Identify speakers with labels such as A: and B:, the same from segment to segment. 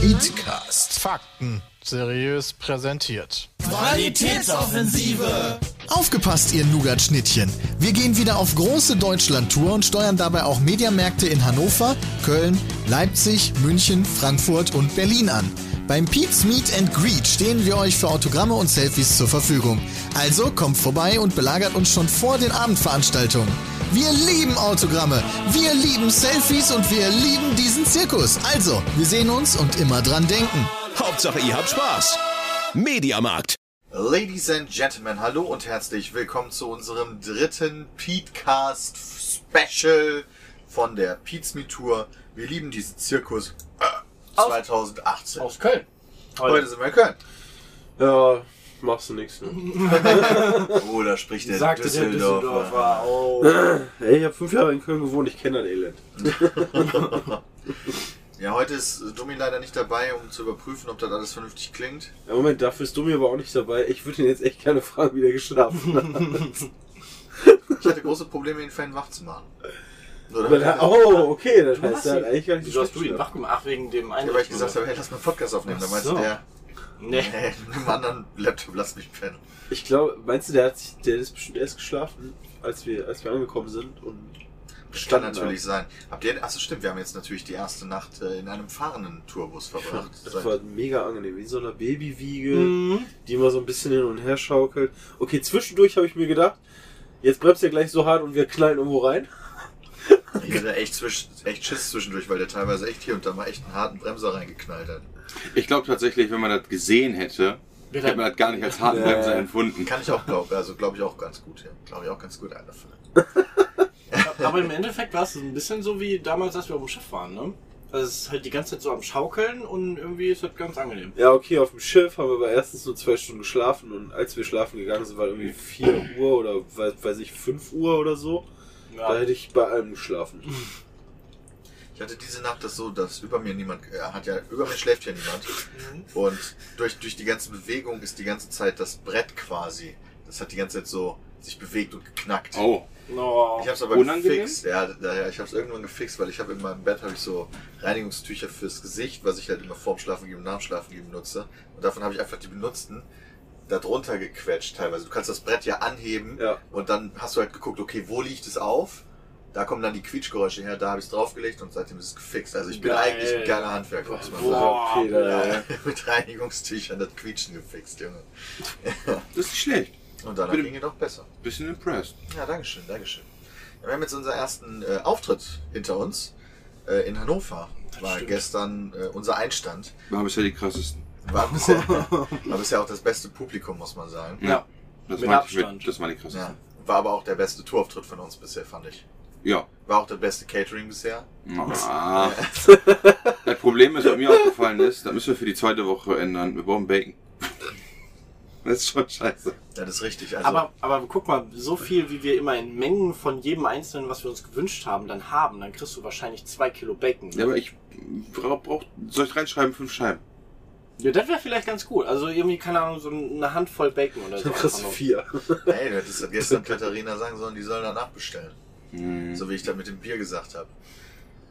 A: Podcast. Fakten seriös präsentiert.
B: Qualitätsoffensive.
C: Aufgepasst, ihr Nougat-Schnittchen. Wir gehen wieder auf große Deutschland-Tour und steuern dabei auch Mediamärkte in Hannover, Köln, Leipzig, München, Frankfurt und Berlin an. Beim Pete's Meet and Greet stehen wir euch für Autogramme und Selfies zur Verfügung. Also kommt vorbei und belagert uns schon vor den Abendveranstaltungen. Wir lieben Autogramme, wir lieben Selfies und wir lieben diesen Zirkus. Also, wir sehen uns und immer dran denken.
D: Hauptsache, ihr habt Spaß. Mediamarkt.
E: Ladies and Gentlemen, hallo und herzlich willkommen zu unserem dritten Petecast Special von der Pete's Me Tour. Wir lieben diesen Zirkus äh, 2018.
F: Aus Köln.
E: Heute sind wir in Köln.
G: Ja, machst du nichts. Ne?
E: Oh, da spricht der
F: Sagte der
E: Düsseldorfer.
F: Düsseldorfer. Oh.
G: Ey, ich habe fünf Jahre in Köln gewohnt, ich kenne das Elend.
E: Ja, heute ist Dummi leider nicht dabei, um zu überprüfen, ob das alles vernünftig klingt.
G: Ja, Moment, dafür ist Dummi aber auch nicht dabei. Ich würde ihn jetzt echt gerne fragen, wie der geschlafen hat.
E: Ich hatte große Probleme, ihn Fan wach zu machen. So,
G: Aber
E: damit
G: da-
E: ja,
G: oh, okay, das heißt,
F: hast
G: er hat
F: ihn-
G: eigentlich gar nicht
F: Wieso hast du ihn
G: geschlafen.
F: wach gemacht? Ach, wegen dem einen.
E: weil ich gesagt habe, hey, lass mal einen Podcast aufnehmen. Da
F: Ach
E: meinte
F: so.
E: der,
F: Nee.
E: hey, mit einem anderen Laptop, lass mich pennen.
G: Ich glaube, meinst du, der, hat sich, der ist bestimmt erst geschlafen, als wir, als wir angekommen sind? Und
E: Kann
G: Stand
E: natürlich sein. Habt ihr, achso, stimmt, wir haben jetzt natürlich die erste Nacht äh, in einem fahrenden Tourbus verbracht.
G: Das
E: Seit-
G: war mega angenehm, wie in so einer Babywiege,
F: Mhm.
G: die immer so ein bisschen hin und her schaukelt. Okay, zwischendurch habe ich mir gedacht, jetzt bremst ihr gleich so hart und wir knallen irgendwo rein.
E: Ich hatte echt, zwisch, echt Schiss zwischendurch, weil der teilweise echt hier und da mal echt einen harten Bremser reingeknallt hat.
H: Ich glaube tatsächlich, wenn man das gesehen hätte,
F: Wäre-
H: hätte man das gar nicht als harten
G: Nee.
H: Bremser empfunden.
E: Kann ich auch glauben, also glaube ich auch ganz gut. Ja. Glaube ich auch ganz gut eingefallen.
F: Aber im Endeffekt war es ein bisschen so wie damals, als wir auf dem Schiff waren, ne? Also es ist halt die ganze Zeit so am Schaukeln und irgendwie ist das ganz angenehm.
G: Ja, okay, auf dem Schiff haben wir aber erstens nur zwei Stunden geschlafen und als wir schlafen gegangen sind, war irgendwie 4 Uhr oder we- weiß ich, 5 Uhr oder so. Da
F: Ja. Mhm.
G: hätte ich bei allem geschlafen.
E: Ich hatte diese Nacht das so, dass über mir niemand, äh, hat ja, über mir schläft ja niemand.
G: Mhm.
E: Und durch, durch die ganze Bewegung ist die ganze Zeit das Brett quasi, das hat die ganze Zeit so sich bewegt und geknackt.
H: Oh,
F: No.
E: Ich hab's aber
H: Unangenehm?
E: gefixt. Ja, da- ja, ich hab's irgendwann gefixt, weil ich habe in meinem Bett habe ich so Reinigungstücher fürs Gesicht, was ich halt immer vorm Schlafen gehen und nach dem Schlafen gehen benutze. Und davon habe ich einfach die benutzten da drunter gequetscht teilweise. Du kannst das Brett ja anheben
G: Ja.
E: und dann hast du halt geguckt, okay, wo liegt es auf? Da kommen dann die Quietschgeräusche her, da habe ich es draufgelegt und seitdem ist es gefixt. Also ich bin
F: Geil.
E: eigentlich ein geiler Handwerker, muss man sagen.
F: Boah.
G: okay, äh, da,
E: Ja, mit Reinigungstüchern das Quietschen gefixt, Junge.
H: das ist nicht schlecht.
E: Und danach
H: Bitte.
E: ging es auch besser.
H: Bisschen impressed.
E: Ja, Dankeschön, Dankeschön. Ja, wir haben jetzt unseren ersten äh, Auftritt hinter uns äh, in Hannover. war
F: stimmt.
E: gestern äh, unser Einstand.
H: Wir haben bisher die krassesten.
E: War bisher, war bisher auch das beste Publikum, muss man sagen.
F: Ja.
H: Das
F: Mit
H: meinte ich
F: Abstand.
H: das waren die
E: Ja.
H: krassesten.
E: War aber auch der beste Tourauftritt von uns bisher, fand ich.
H: Ja.
E: War auch der beste Catering bisher.
H: Ah. Das Problem ist, was mir aufgefallen ist, das müssen wir für die zweite Woche ändern. Wir brauchen Bacon. Das ist schon scheiße.
E: Ja, das ist richtig. Also,
F: Aber, aber guck mal, so viel wie wir immer in Mengen von jedem Einzelnen, was wir uns gewünscht haben, dann haben, dann kriegst du wahrscheinlich zwei Kilo Bacon.
H: Ja, aber ich brauch, brauch soll ich reinschreiben, fünf Scheiben.
F: Ja, das wäre vielleicht ganz gut. Also irgendwie, keine Ahnung, so eine Handvoll Bacon oder so.
G: dann kriegst du
F: Einfach
G: 4.
E: hey, du hättest das gestern Katharina sagen sollen, die sollen danach bestellen.
H: Mhm. Hm.
E: So wie ich das mit dem Bier gesagt habe.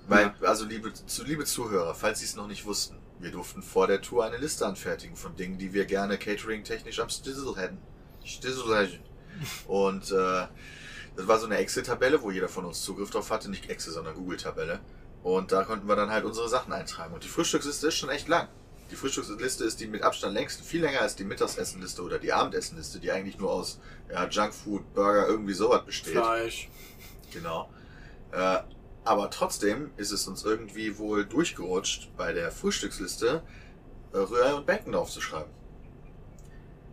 E: Weil, also liebe, zu, liebe Zuhörer, falls Sie es noch nicht wussten, wir durften vor der Tour eine Liste anfertigen von Dingen, die wir gerne catering-technisch am Stizzle hätten. Stizzle hätten. Und äh, das war so eine Excel-Tabelle, wo jeder von uns Zugriff drauf hatte. Nicht Excel, sondern Google-Tabelle. Und da konnten wir dann halt unsere Sachen eintragen. Und die Frühstücksliste ist schon echt lang. Die Frühstücksliste ist die mit Abstand längsten, viel länger als die Mittagsessenliste oder die Abendessenliste, die eigentlich nur aus ja, Junkfood, Burger, irgendwie sowas besteht.
F: Fleisch.
E: Genau. Äh, aber trotzdem ist es uns irgendwie wohl durchgerutscht, bei der Frühstücksliste äh, Rührei und Bacon aufzuschreiben.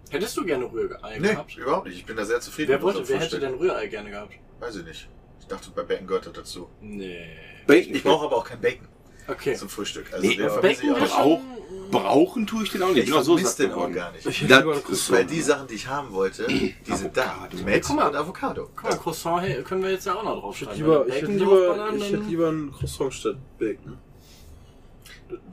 F: Hättest du gerne Rührei
E: Nee,
F: gehabt?
E: überhaupt nicht. Ich bin da sehr zufrieden
F: Wer,
E: mit unserem
F: wollte, wer hätte
E: Frühstück.
F: denn Rührei gerne gehabt?
E: Weiß ich nicht. Ich dachte, bei Bacon gehört das dazu.
F: Nee.
H: Bacon.
E: Ich brauche aber auch kein Bacon.
F: Okay.
E: zum Frühstück. Also
H: Nee,
E: den
H: aber
E: vermisse ich auch.
F: Becken-
E: nicht.
H: Brauch, brauchen tue ich den auch nicht.
E: Ich
H: bin auch so
E: vermisse
H: satt
E: den auch
H: geworden.
E: gar nicht.
G: Ich
H: Das
G: hätte mal
H: ist so.
E: Weil die Sachen, die ich haben wollte, die sind da.
H: Avocado.
E: Met
F: Guck mal.
E: und Avocado.
F: Guck mal, Croissant hey, können wir jetzt ja auch noch drauf
G: Ich
F: schreiben.
G: hätte lieber, ich
F: Bacon
G: hätte lieber,
F: draufballern,
G: ich hätte
F: dann-
G: lieber einen Croissant statt Bacon. ne?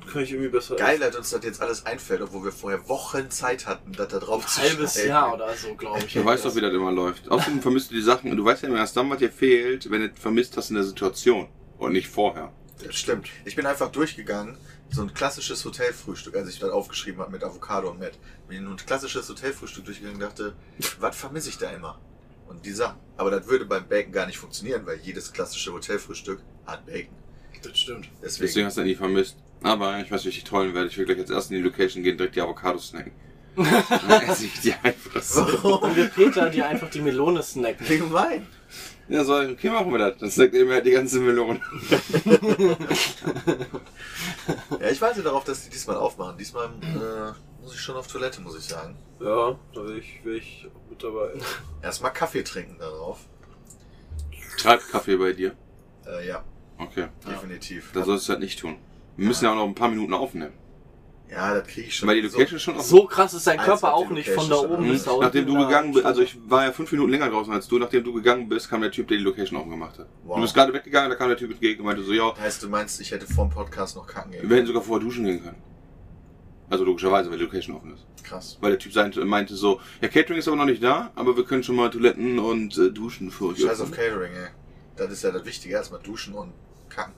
G: Das kann ich irgendwie besser
E: Geil, dass uns das jetzt alles einfällt, obwohl wir vorher Wochen Zeit hatten, das da drauf zu
F: halbes
E: schreiben.
F: Jahr oder so, glaube ich.
H: Du weißt doch, wie das immer läuft. Außerdem vermisst du die Sachen und du weißt ja immer erst dann, was dir fehlt, wenn du es vermisst hast in der Situation und nicht vorher.
E: Das stimmt. Ich bin einfach durchgegangen, so ein klassisches Hotelfrühstück, als ich das aufgeschrieben habe mit Avocado und Met. Bin in ein klassisches Hotelfrühstück durchgegangen und dachte, was vermisse ich da immer? Und die Sachen. Aber das würde beim Bacon gar nicht funktionieren, weil jedes klassische Hotelfrühstück hat Bacon.
F: Das stimmt.
E: Deswegen,
H: Deswegen hast du das nie vermisst. Aber ich weiß, wie ich dich trollen werde. Ich will gleich als erst in die Location gehen, direkt die Avocados snacken. Dann esse ich die einfach so.
F: Und wir Peter, die einfach die Melone snacken.
E: wie gemein.
H: Ja, so, okay, machen wir das. Dann snackt ihr mir die ganze Melone.
E: Ja, ich warte darauf, dass die diesmal aufmachen. Diesmal äh, muss ich schon auf Toilette, muss ich sagen.
G: Ja, da wäre ich, wär ich mit dabei.
E: Erstmal Kaffee trinken darauf.
H: Treibt Kaffee bei dir.
E: Äh, ja,
H: Okay.
E: definitiv.
H: Da sollst du das nicht tun. Wir müssen ja auch noch ein paar Minuten aufnehmen.
E: Ja, das kriege ich schon.
H: Weil die Location schon offen
F: So krass ist dein
E: Eins
F: Körper
E: hat die
F: auch nicht, von da
E: Location
F: oben
E: schon.
H: Mhm.
F: bis da unten.
H: Nachdem du
F: da-
H: gegangen bist, also ich war ja fünf Minuten länger draußen als du, nachdem du gegangen bist, kam der Typ, der die Location offen gemacht hat.
E: Wow.
H: Du bist gerade weggegangen, da kam der Typ entgegen und meinte so, ja,
E: So. Heißt, du meinst, ich hätte vor dem Podcast noch kacken gehen
H: wir hätten sogar vorher duschen gehen können. Also logischerweise, weil die Location offen ist.
E: Krass.
H: Weil der Typ seinte- meinte so, ja, Catering ist aber noch nicht da, aber wir können schon mal Toiletten und äh, Duschen für euch.
E: Scheiß auf
H: öffnen.
E: Catering, ey. Das ist ja das Wichtige. Erstmal duschen und kacken.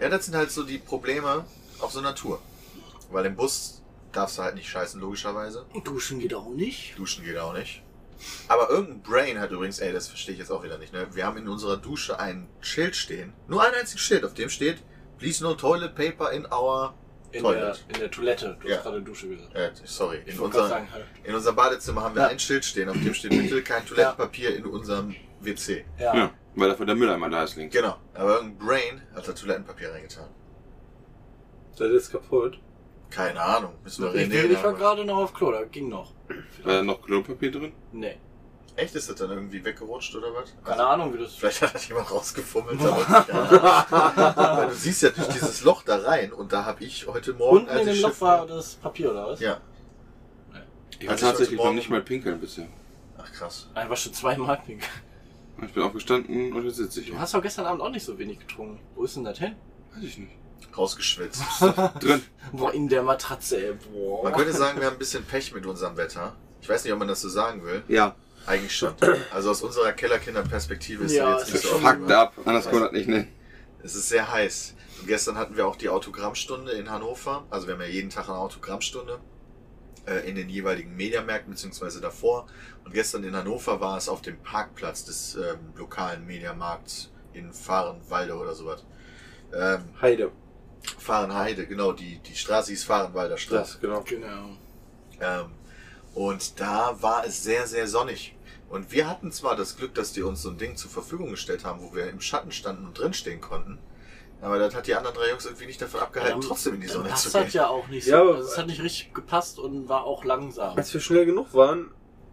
E: Ja, das sind halt so die Probleme auf so einer Tour. Weil im Bus darfst du halt nicht scheißen, logischerweise.
F: Duschen geht auch nicht.
E: Duschen geht auch nicht. Aber irgendein Brain hat übrigens, ey, das verstehe ich jetzt auch wieder nicht, ne? Wir haben in unserer Dusche ein Schild stehen. Nur ein einziges Schild, auf dem steht, please no toilet paper in our
F: In der,
E: Toilette.
F: in der Toilette. Du
E: Ja.
F: hast gerade Dusche gesagt.
E: Äh, sorry,
F: Ich
E: in,
F: wollte gerade
E: unserer,
F: sagen, halt.
E: in unserem Badezimmer haben wir
F: Ja.
E: ein Schild stehen, auf dem steht bitte kein Toilettenpapier in unserem WC.
F: Ja.
H: Ja, weil dafür der Mülleimer da ist links.
E: Genau, aber irgendein Brain hat da Toilettenpapier reingetan.
G: Seid ihr jetzt kaputt?
E: Keine Ahnung, müssen wir
F: Ich,
E: reden.
F: ich war gerade noch auf Klo, da ging noch.
H: War da noch Klopapier drin?
F: Nee.
E: Echt, ist das dann irgendwie weggerutscht oder was? Also,
F: Keine Ahnung, wie das.
E: Vielleicht hat das jemand rausgefummelt, aber keine Ahnung. Weil du siehst ja durch dieses Loch da rein und da habe ich heute Morgen.
F: Unten in dem
E: Schiff
F: Loch war das Papier, oder was?
E: Ja,
H: Ich war
E: Als ich heute
H: tatsächlich noch
E: Morgen-
H: nicht mal pinkeln bisher.
E: ach krass.
F: Nein, war schon zweimal pink.
H: Ich bin aufgestanden und jetzt sitze ich
F: Du
H: hier.
F: hast doch gestern Abend auch nicht so wenig getrunken. Wo ist denn das hin?
H: Weiß ich nicht.
E: Rausgeschwitzt.
H: Drin.
F: Boah, in der Matratze, ey. Boah.
E: Man könnte sagen, wir haben ein bisschen Pech mit unserem Wetter. Ich weiß nicht, ob man das so sagen will.
H: Ja.
E: Eigentlich schon. Also aus unserer Kellerkinderperspektive ist
F: Ja,
E: das
F: es
E: jetzt nicht
F: ist
E: so
F: schon
H: Fucked
E: optimal.
H: up. Anders kann man das nicht nennen.
E: Es ist sehr heiß. Und gestern hatten wir auch die Autogrammstunde in Hannover. Also wir haben ja jeden Tag eine Autogrammstunde äh, in den jeweiligen Mediamärkten beziehungsweise davor. Und gestern in Hannover war es auf dem Parkplatz des ähm, lokalen Mediamarkts in Fahrenwalde oder sowas. Ähm,
G: Heide.
E: Fahrenheide, genau, die, die Straße hieß Fahrenwalder Straße.
G: Das, genau.
F: Genau.
E: Ähm, und da war es sehr, sehr sonnig. Und wir hatten zwar das Glück, dass die uns so ein Ding zur Verfügung gestellt haben, wo wir im Schatten standen und drinstehen konnten. Aber das hat die anderen drei Jungs irgendwie nicht davon abgehalten, trotzdem in die Sonne zu
F: Das
E: gehen.
F: hat ja auch nicht so.
G: Ja, aber-
F: also, es hat nicht richtig gepasst und war auch langsam.
G: Als wir schnell genug waren,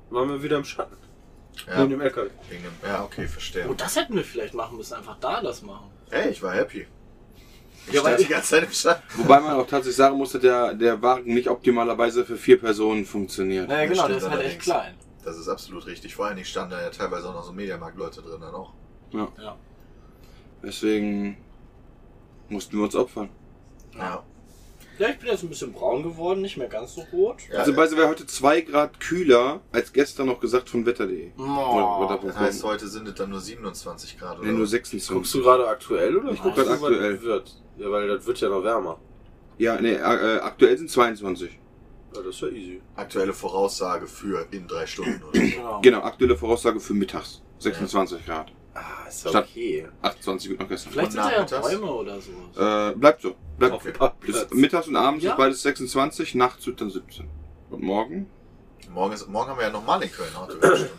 G: waren wir wieder im Schatten.
E: Ja,
G: Neben dem LKW.
E: wegen dem, ja okay, verstehe.
F: Oh, das hätten wir vielleicht machen müssen. Einfach da das machen.
E: Hey, ich war happy. Ich
F: Ja,
E: stand
F: weil-
E: die ganze Zeit im Schatten.
H: Wobei man auch tatsächlich sagen muss, dass der, der Wagen nicht optimalerweise für vier Personen funktioniert.
F: Naja,
E: Das
F: genau, der
E: stimmt
F: ist halt echt klein.
E: allerdings. Das ist absolut richtig. Vor allen Dingen standen da ja teilweise auch noch so Mediamarkt-Leute drin dann auch.
F: Ja.
H: Deswegen mussten wir uns opfern.
E: Ja.
F: Ja, ich bin jetzt ein bisschen braun geworden, nicht mehr ganz so rot.
E: ja
H: also bei wäre heute zwei Grad kühler als gestern noch gesagt von wetter.de.
E: das heißt, heute sind es dann nur 27 Grad oder
H: nee, nur
E: so.
H: 26.
G: Guckst du gerade aktuell oder?
H: Ich guck gerade
G: guckst du, was
H: aktuell.
G: Wird? Ja, weil das wird ja noch wärmer.
H: Ja, nee, äh, äh, aktuell sind 22.
G: Ja, das ist ja easy.
E: aktuelle Voraussage für in drei Stunden oder so.
F: Genau.
H: Genau, aktuelle Voraussage für mittags. 26 Grad.
G: Ah, ist
H: Statt-
G: okay.
H: 28 gut noch gestern.
F: Vielleicht
E: Und
F: sind da ja
E: nachmittags?
F: Bäume oder sowas.
H: Äh, bleibt so. Bleibt
G: Auf dem
H: bis
G: Parkplatz.
H: mittags und abends
F: Ja.
H: ist beides 26, nachts wird dann 17. Und morgen?
E: Morgen, ist, morgen haben wir ja nochmal in Köln Autogrammstunde.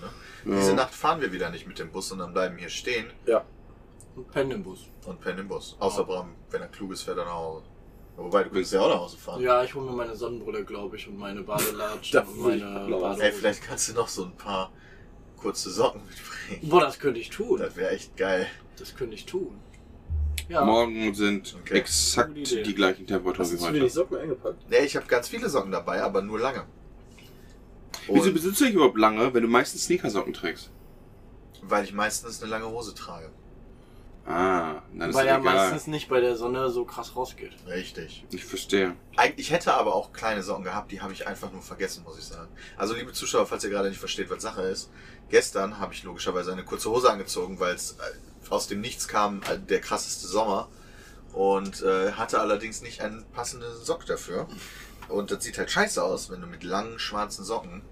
H: Ja.
E: Diese Nacht fahren wir wieder nicht mit dem Bus, sondern bleiben hier stehen
F: Ein Pendelbus.
E: und pennen im Bus. Außer Bram, wenn er klug ist, fährt er nach Hause. Wobei, du könntest ja auch nach Hause fahren.
F: Ja, ich hole mir meine Sonnenbrille, glaube ich, und meine Badelatsche
G: Da
F: und
G: würde ich
F: meine
G: glauben.
E: Ey,
F: Badehose.
E: vielleicht kannst du noch so ein paar kurze Socken mitbringen.
F: Boah, das könnte ich tun.
E: Das wäre echt geil.
F: Das könnte ich tun. Ja.
H: Morgen sind
E: Okay.
H: exakt
F: Gute Idee.
H: die gleichen Temperaturen
G: Hast du
H: wie
G: zu
H: heute.
G: wenig Socken eingepackt?
E: Nee, ich habe ganz viele Socken dabei, aber nur lange.
H: Wieso
E: Und
H: besitzt du dich überhaupt lange, wenn du meistens Sneakersocken trägst?
E: weil ich meistens eine lange Hose trage.
H: Ah, dann ist
F: Weil er
H: das egal.
F: meistens nicht bei der Sonne so krass rausgeht.
E: Richtig.
H: Ich verstehe.
E: Eigentlich hätte aber auch kleine Socken gehabt, die habe ich einfach nur vergessen, muss ich sagen. Also liebe Zuschauer, falls ihr gerade nicht versteht, was Sache ist, gestern habe ich logischerweise eine kurze Hose angezogen, weil es äh, aus dem Nichts kam äh, der krasseste Sommer und äh, hatte allerdings nicht einen passenden Sock dafür. Und das sieht halt scheiße aus, wenn du mit langen schwarzen Socken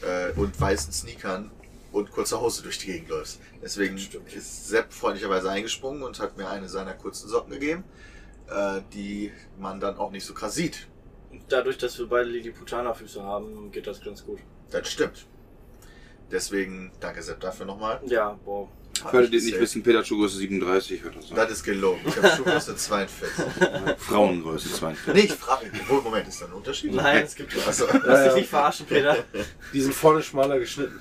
E: äh, und weißen Sneakern und kurzer Hose durch die Gegend läufst. Deswegen ist Sepp freundlicherweise eingesprungen und hat mir eine seiner kurzen Socken gegeben, äh, die man dann auch nicht so krass sieht.
F: Und dadurch, dass wir beide Lilliputana-Füße haben, geht das ganz gut.
E: Das stimmt. Deswegen danke Sepp dafür nochmal.
F: Ja, boah.
E: Hab
H: Falls
E: ich
H: ihr nicht
E: gesehen.
H: wissen, Peter Chugo ist 37 oder so.
E: Das ist gelogen. Ich habe Schuhgröße 42.
H: Frauengröße 42.
E: nee, ich frage. Obwohl, Moment, ist da ein Unterschied?
F: Nein, es gibt
E: Also,
F: Lass dich nicht verarschen, Peter.
G: Die sind vorne schmaler geschnitten.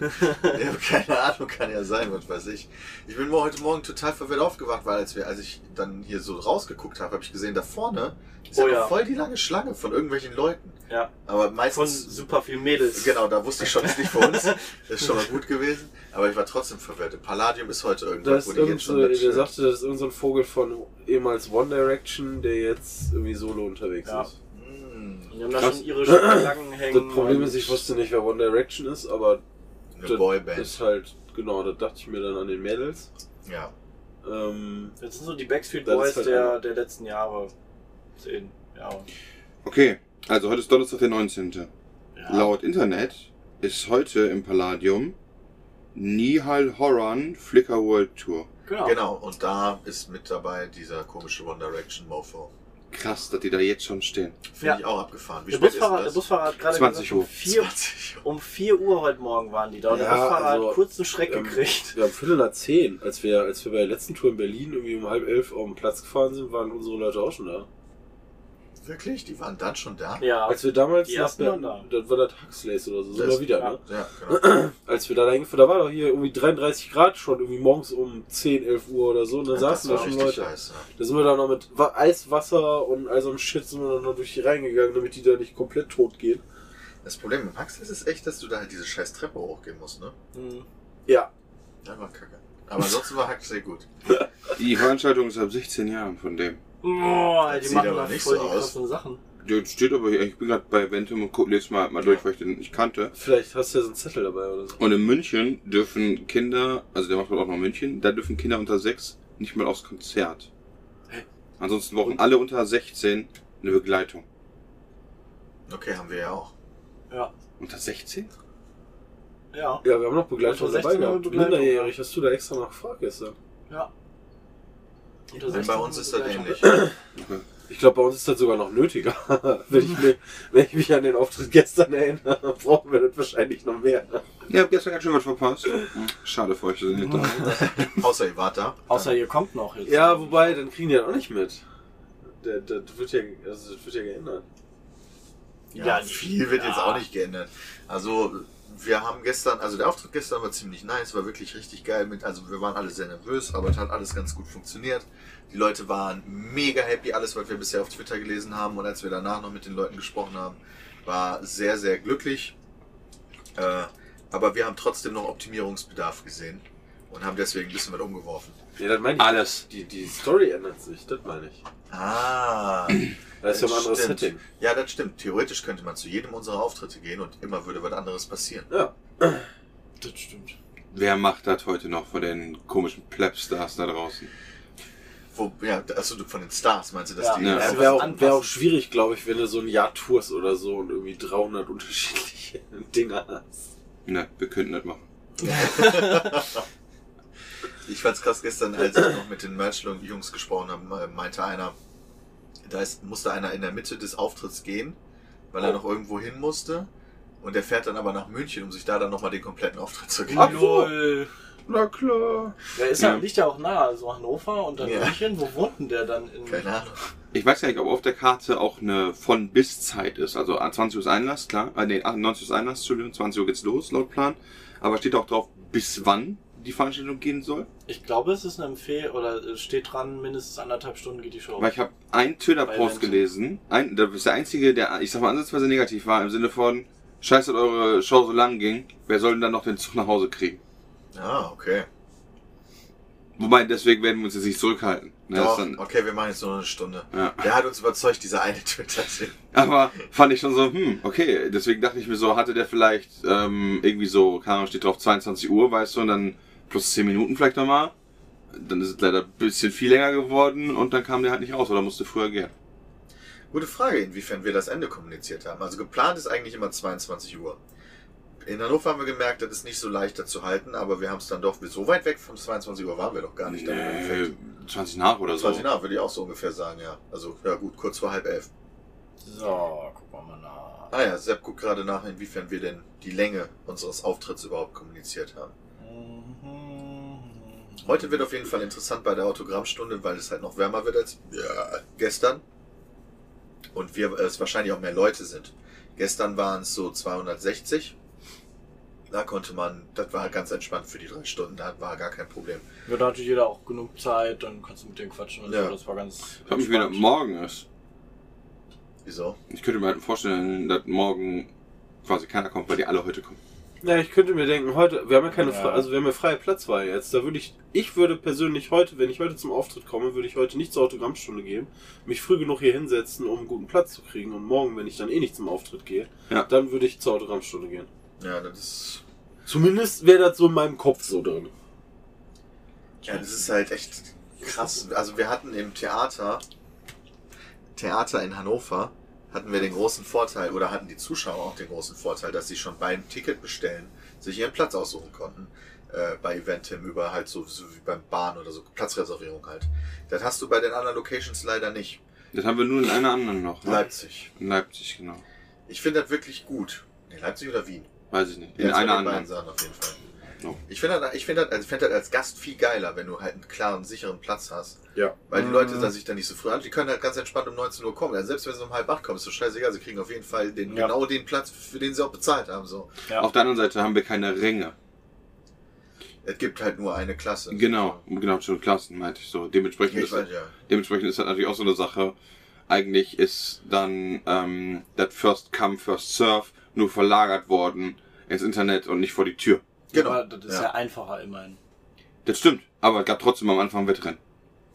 E: ich habe keine Ahnung, kann ja sein, was weiß ich. Ich bin mo- heute Morgen total verwirrt aufgewacht, weil als, wir, als ich dann hier so rausgeguckt habe, habe ich gesehen, da vorne ist
F: Oh
E: ja,
F: ja.
E: noch voll die lange Schlange von irgendwelchen Leuten.
F: Ja.
E: Aber
F: Von
E: meistens
F: super vielen Mädels.
E: Genau, da wusste ich schon, ist nicht für uns. Das ist schon mal gut gewesen. Aber ich war trotzdem verwirrt. Im Palladium ist heute
G: Da
E: irgendwas,
G: ist irgend so,
E: das
G: der
E: Schild-
G: sagte, das ist irgendein so ein Vogel von ehemals One Direction, der jetzt irgendwie solo unterwegs
F: Ja.
G: ist.
E: Mm,
F: Die haben da
H: Krass.
F: schon ihre Schlangen
G: Das
F: hängen.
G: Problem
F: und-
G: ist, ich wusste nicht, wer One Direction ist, aber
E: eine
G: das
E: Boyband.
G: ist halt, genau, das dachte ich mir dann an den Mädels.
E: Ja.
G: Ähm,
F: Das sind so die Backstreet
G: Das
F: Boys
G: ist halt
F: der,
G: einer.
F: der letzten Jahre. Zehn Jahre.
H: Okay, also heute ist Donnerstag, der 19.
F: Ja.
H: Laut Internet ist heute im Palladium Nihal Horan Flickr World Tour.
F: Genau.
E: Genau, und da ist mit dabei dieser komische One Direction Mofo.
H: Krass, dass die da jetzt schon stehen.
E: Finde
F: Ja.
E: ich auch abgefahren. Wie
F: Der
E: spät ist
F: Busfahrer, der
E: das?
F: Busfahrer hat gerade
H: 20
F: gesagt, um
H: Uhr.
F: 4,
E: 20 Uhr.
F: um 4 Uhr heute Morgen waren die da. Und der
G: Ja,
F: Busfahrer
G: also,
F: hat kurzen Schreck
G: ähm,
F: gekriegt.
G: Wir haben Viertel nach zehn, als wir, als wir bei der letzten Tour in Berlin irgendwie um halb elf auf den Platz gefahren sind, waren unsere Leute auch schon da.
E: Wirklich? Die waren dann schon da?
F: Ja.
G: Als wir damals
F: Die
G: nach
F: ersten
G: Berlin,
F: waren
G: das war das Huxleys oder so, sind
E: Das-
G: wir wieder,
F: ja.
G: ne?
E: Ja, genau.
G: Als wir da hingefahren, da war doch hier irgendwie 33 Grad schon, irgendwie morgens um 10, 11 Uhr oder so, und dann saßen da
E: war
G: schon
E: richtig
G: Leute.
E: heiß, ja.
G: Da sind wir da noch mit Wa- Eiswasser und all so einem Shit sind wir dann noch durch die reingegangen, damit die da nicht komplett tot gehen.
E: Das Problem mit Max ist echt, dass du da halt diese scheiß Treppe hochgehen musst, ne?
F: Hm.
G: Ja.
E: Das war kacke. Aber ansonsten war Hack sehr gut.
H: Die Veranstaltung ist ab 16 Jahren von dem.
F: Boah, die
E: sieht
F: machen
E: aber
F: da
E: nicht
F: voll
E: so
F: die
E: aus.
F: krassen Sachen.
H: Der steht aber hier, ich bin gerade bei Eventum und guck, lese mal, mal durch, weil ich den nicht kannte.
G: Vielleicht hast du ja so einen Zettel dabei oder so.
H: Und in München dürfen Kinder, also der macht wohl auch noch München, da dürfen Kinder unter 6 nicht mal aufs Konzert. Ansonsten brauchen alle unter 16 eine Begleitung.
E: Okay, haben wir ja auch.
F: Ja.
H: Unter 16?
F: Ja.
G: Ja, wir haben noch Begleitung
F: Unter
G: dabei
F: 16 Uhr
G: gehabt.
F: Begleitung.
G: Minderjährig, hast du da extra noch gefragt gestern?
F: Ja.
E: Denn Also bei uns ist das ähnlich.
H: Okay.
G: Ich glaube, bei uns ist das sogar noch nötiger. wenn, ich mir, wenn ich mich an den Auftritt gestern erinnere, brauchen wir das wahrscheinlich noch mehr.
H: Ihr habt gestern ganz schön was verpasst. Schade für euch, dass ihr nicht da seid.
E: Außer ihr wart da.
F: Außer ihr kommt noch jetzt.
G: Ja, wobei, dann kriegen die das auch nicht mit. Das, das, wird, ja, also das wird ja geändert.
E: Ja,
F: Ja,
E: viel wird
F: ja.
E: jetzt auch nicht geändert. Also wir haben gestern, also der Auftritt gestern war ziemlich nice, war wirklich richtig geil mit, also wir waren alle sehr nervös, aber es hat alles ganz gut funktioniert. Die Leute waren mega happy, alles was wir bisher auf Twitter gelesen haben und als wir danach noch mit den Leuten gesprochen haben, war sehr, sehr glücklich. Äh, aber wir haben trotzdem noch Optimierungsbedarf gesehen und haben deswegen ein bisschen was umgeworfen.
G: Ja, das meine ich.
H: Alles.
G: Die, die Story ändert sich, das meine ich.
E: Ah,
G: Das ist ja ein anderes
E: stimmt.
G: Setting.
E: Ja, das stimmt. Theoretisch könnte man zu jedem unserer Auftritte gehen und immer würde was anderes passieren.
G: Ja.
F: Das stimmt.
H: Wer macht das heute noch von den komischen Plebstars da draußen?
E: Wo, ja, also du- von den Stars meinst du, dass
F: Ja.
E: die.
H: Ja.
E: Ja,
G: Das wäre auch, wär auch schwierig, glaube ich, wenn du so ein Jahr tourst oder so und irgendwie 300 unterschiedliche Dinger hast.
H: Ne, wir könnten das machen.
E: Ich fand's krass gestern, als ich noch mit den Merch-Jungs gesprochen habe, äh, meinte einer, da ist, musste einer in der Mitte des Auftritts gehen, weil er noch irgendwo hin musste. Und der fährt dann aber nach München, um sich da dann nochmal den kompletten Auftritt zu geben.
F: Lol.
H: Na klar.
F: Der ist
H: Ja.
F: ja. liegt ja auch nah, also Hannover und dann
E: Ja.
F: München. Wo wohnt denn der dann in
E: Keine Ahnung.
H: Ich weiß ja nicht, ob auf der Karte auch eine von bis Zeit ist. Also 20 Uhr ist Einlass, Ah, klar. Äh, nee, 98 Uhr ist Einlass, Entschuldigung, 20 Uhr geht's los, laut Plan. Aber steht auch drauf, bis wann. die Veranstaltung gehen soll?
F: Ich glaube, es ist eine Empfehlung, oder es steht dran, mindestens anderthalb Stunden geht die Show.
H: Weil ich habe einen Twitter-Post
F: Bei Events.
H: gelesen. Ein, das ist der einzige, der, ich sag mal, ansatzweise negativ war, im Sinne von, scheiße, dass eure Show so lang ging. Wer soll denn dann noch den Zug nach Hause kriegen?
E: Ah, okay.
H: Wobei, deswegen werden wir uns jetzt nicht zurückhalten. Ne, das
E: Doch,
H: ist dann,
E: okay, wir machen jetzt nur noch eine Stunde.
H: ja.
E: Der hat uns überzeugt, dieser eine twitter -Sinn.
H: Aber fand ich schon so, hm, okay. Deswegen dachte ich mir so, hatte der vielleicht ähm, irgendwie so, keine Ahnung, steht drauf 22 Uhr, weißt du, und dann plus 10 Minuten vielleicht nochmal. Dann ist es leider ein bisschen viel länger geworden und dann kam der halt nicht raus oder musste früher gehen.
E: Gute Frage, inwiefern wir das Ende kommuniziert haben. Also geplant ist eigentlich immer 22 Uhr. In Hannover haben wir gemerkt, das ist nicht so leicht da zu halten, aber wir haben es dann doch, so weit weg von 22 Uhr waren wir doch gar nicht. dann im Endeffekt.
H: Nee, Also 20 nach oder so.
E: 20 nach, würde ich auch so ungefähr sagen, ja. Also, ja gut, kurz vor halb elf.
F: So, gucken wir mal nach.
E: Ah ja, Sepp guckt gerade nach, inwiefern wir denn die Länge unseres Auftritts überhaupt kommuniziert haben.
F: Mhm.
E: Heute wird auf jeden Fall interessant bei der Autogrammstunde, weil es halt noch wärmer wird als ja, gestern. Und wir äh, es wahrscheinlich auch mehr Leute sind. Gestern waren es so 260. Da konnte man, das war ganz entspannt für die drei Stunden, da war gar kein Problem.
F: Ja, da hatte jeder auch genug Zeit, dann kannst du mit denen quatschen und
E: Ja.
F: so. Das war ganz.
H: Ich frage mich, wie das
F: entspannt.
H: morgen ist.
E: Wieso?
H: Ich könnte mir halt vorstellen, dass morgen quasi keiner kommt, weil die alle heute kommen.
G: Ja, ich könnte mir denken, heute, wir haben ja keine,
F: Ja.
G: Fre- also wir haben ja freie Platzwahl jetzt. Da würde ich, ich würde persönlich heute, wenn ich heute zum Auftritt komme, würde ich heute nicht zur Autogrammstunde gehen, mich früh genug hier hinsetzen, um einen guten Platz zu kriegen. Und morgen, wenn ich dann eh nicht zum Auftritt gehe,
H: Ja.
G: dann würde ich zur Autogrammstunde gehen.
E: Ja, das ist,
G: Zumindest wäre das so in meinem Kopf so drin.
E: ja, das ist halt echt krass. Also wir hatten im Theater, Theater in Hannover, hatten wir den großen Vorteil, oder hatten die Zuschauer auch den großen Vorteil, dass sie schon beim Ticket bestellen, sich ihren Platz aussuchen konnten. Äh, bei Eventim über halt so, so wie beim Bahn oder so, Platzreservierung halt. Das hast du bei den anderen Locations leider nicht.
H: Das haben wir nur in einer anderen noch. Ne?
E: Leipzig.
H: In Leipzig, genau.
E: Ich finde das wirklich gut. Nee, Leipzig oder Wien?
H: Weiß ich nicht.
E: Ja,
H: In
E: das
H: einer
E: war den beiden
H: anderen. Oh.
E: Sachen auf jeden Fall.
H: Ja.
E: Ich finde das, ich finde das, also ich find das als Gast viel geiler, wenn du halt einen klaren, sicheren Platz hast.
G: Ja.
E: Weil die
F: Mhm.
E: Leute da sich dann nicht so früh an, die können halt ganz entspannt um 19 Uhr kommen. Also selbst wenn sie um halb acht kommen, ist doch scheißegal, sie kriegen auf jeden Fall den,
F: Ja.
E: genau den Platz, für den sie auch bezahlt haben. So.
F: Ja.
H: Auf der anderen Seite haben wir keine Ränge.
E: Es gibt halt nur eine Klasse.
H: Genau, genau, schon Klassen meinte ich so.
E: Ja,
H: Dementsprechend
E: ich
H: ist,
E: weiß, ja.
H: dementsprechend ist das natürlich auch so eine Sache. Eigentlich ist dann ähm, das First Come, First Serve nur verlagert worden ins Internet und nicht vor die Tür.
E: Genau.
F: Aber das ist ja,
E: Ja.
F: einfacher immerhin.
H: Das stimmt, aber es gab trotzdem am Anfang Wettrennen.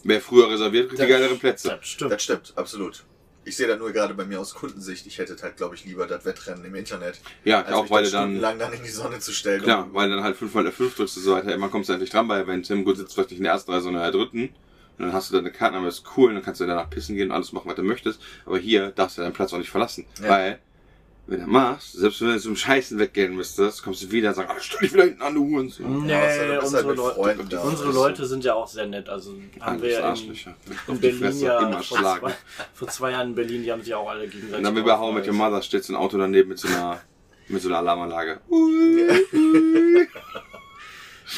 H: Wer früher reserviert, kriegt die geileren Plätze.
F: Das stimmt.
E: Das stimmt, absolut. Ich sehe da nur gerade bei mir aus Kundensicht, ich hätte halt, glaube ich, lieber das Wettrennen im Internet,
H: Ja,
E: als
H: auch
E: mich
H: weil
E: dann
H: du dann
E: stundenlang dann in die Sonne zu stellen.
H: Klar, weil dann halt 5 mal F5 drückst und so weiter. Irgendwann kommst du endlich dran bei Eventim. Gut, sitzt vielleicht nicht in der ersten Reihe, sondern in der dritten. Und dann hast du deine Karten, aber ist cool. Dann kannst du danach pissen gehen und alles machen, was du möchtest. Aber hier darfst du deinen Platz auch nicht verlassen.
E: Ja.
H: Weil, wenn du machst, selbst wenn du zum Scheißen weggehen müsstest, kommst du wieder und sagst, ah, stell dich wieder hinten an, du Hurensohn.
F: Nee,
E: Ja, außer du bist halt
F: unsere,
E: mit
F: Leute,
E: Freunden da.
F: unsere
E: Also-
F: Leute sind ja auch sehr nett. Also haben wir
H: Alles
F: ja in,
H: Arschlöcher.
F: in
H: Auf die
F: Berlin
H: Fresse,
F: ja
H: immer
F: vor zwei,
H: schlagen.
F: vor zwei Jahren in Berlin, die haben sich auch alle gegenseitig.
H: Und dann wie bei How mit Your Mother steht so ein Auto daneben mit so einer, mit so einer Alarmanlage. Ui, ui.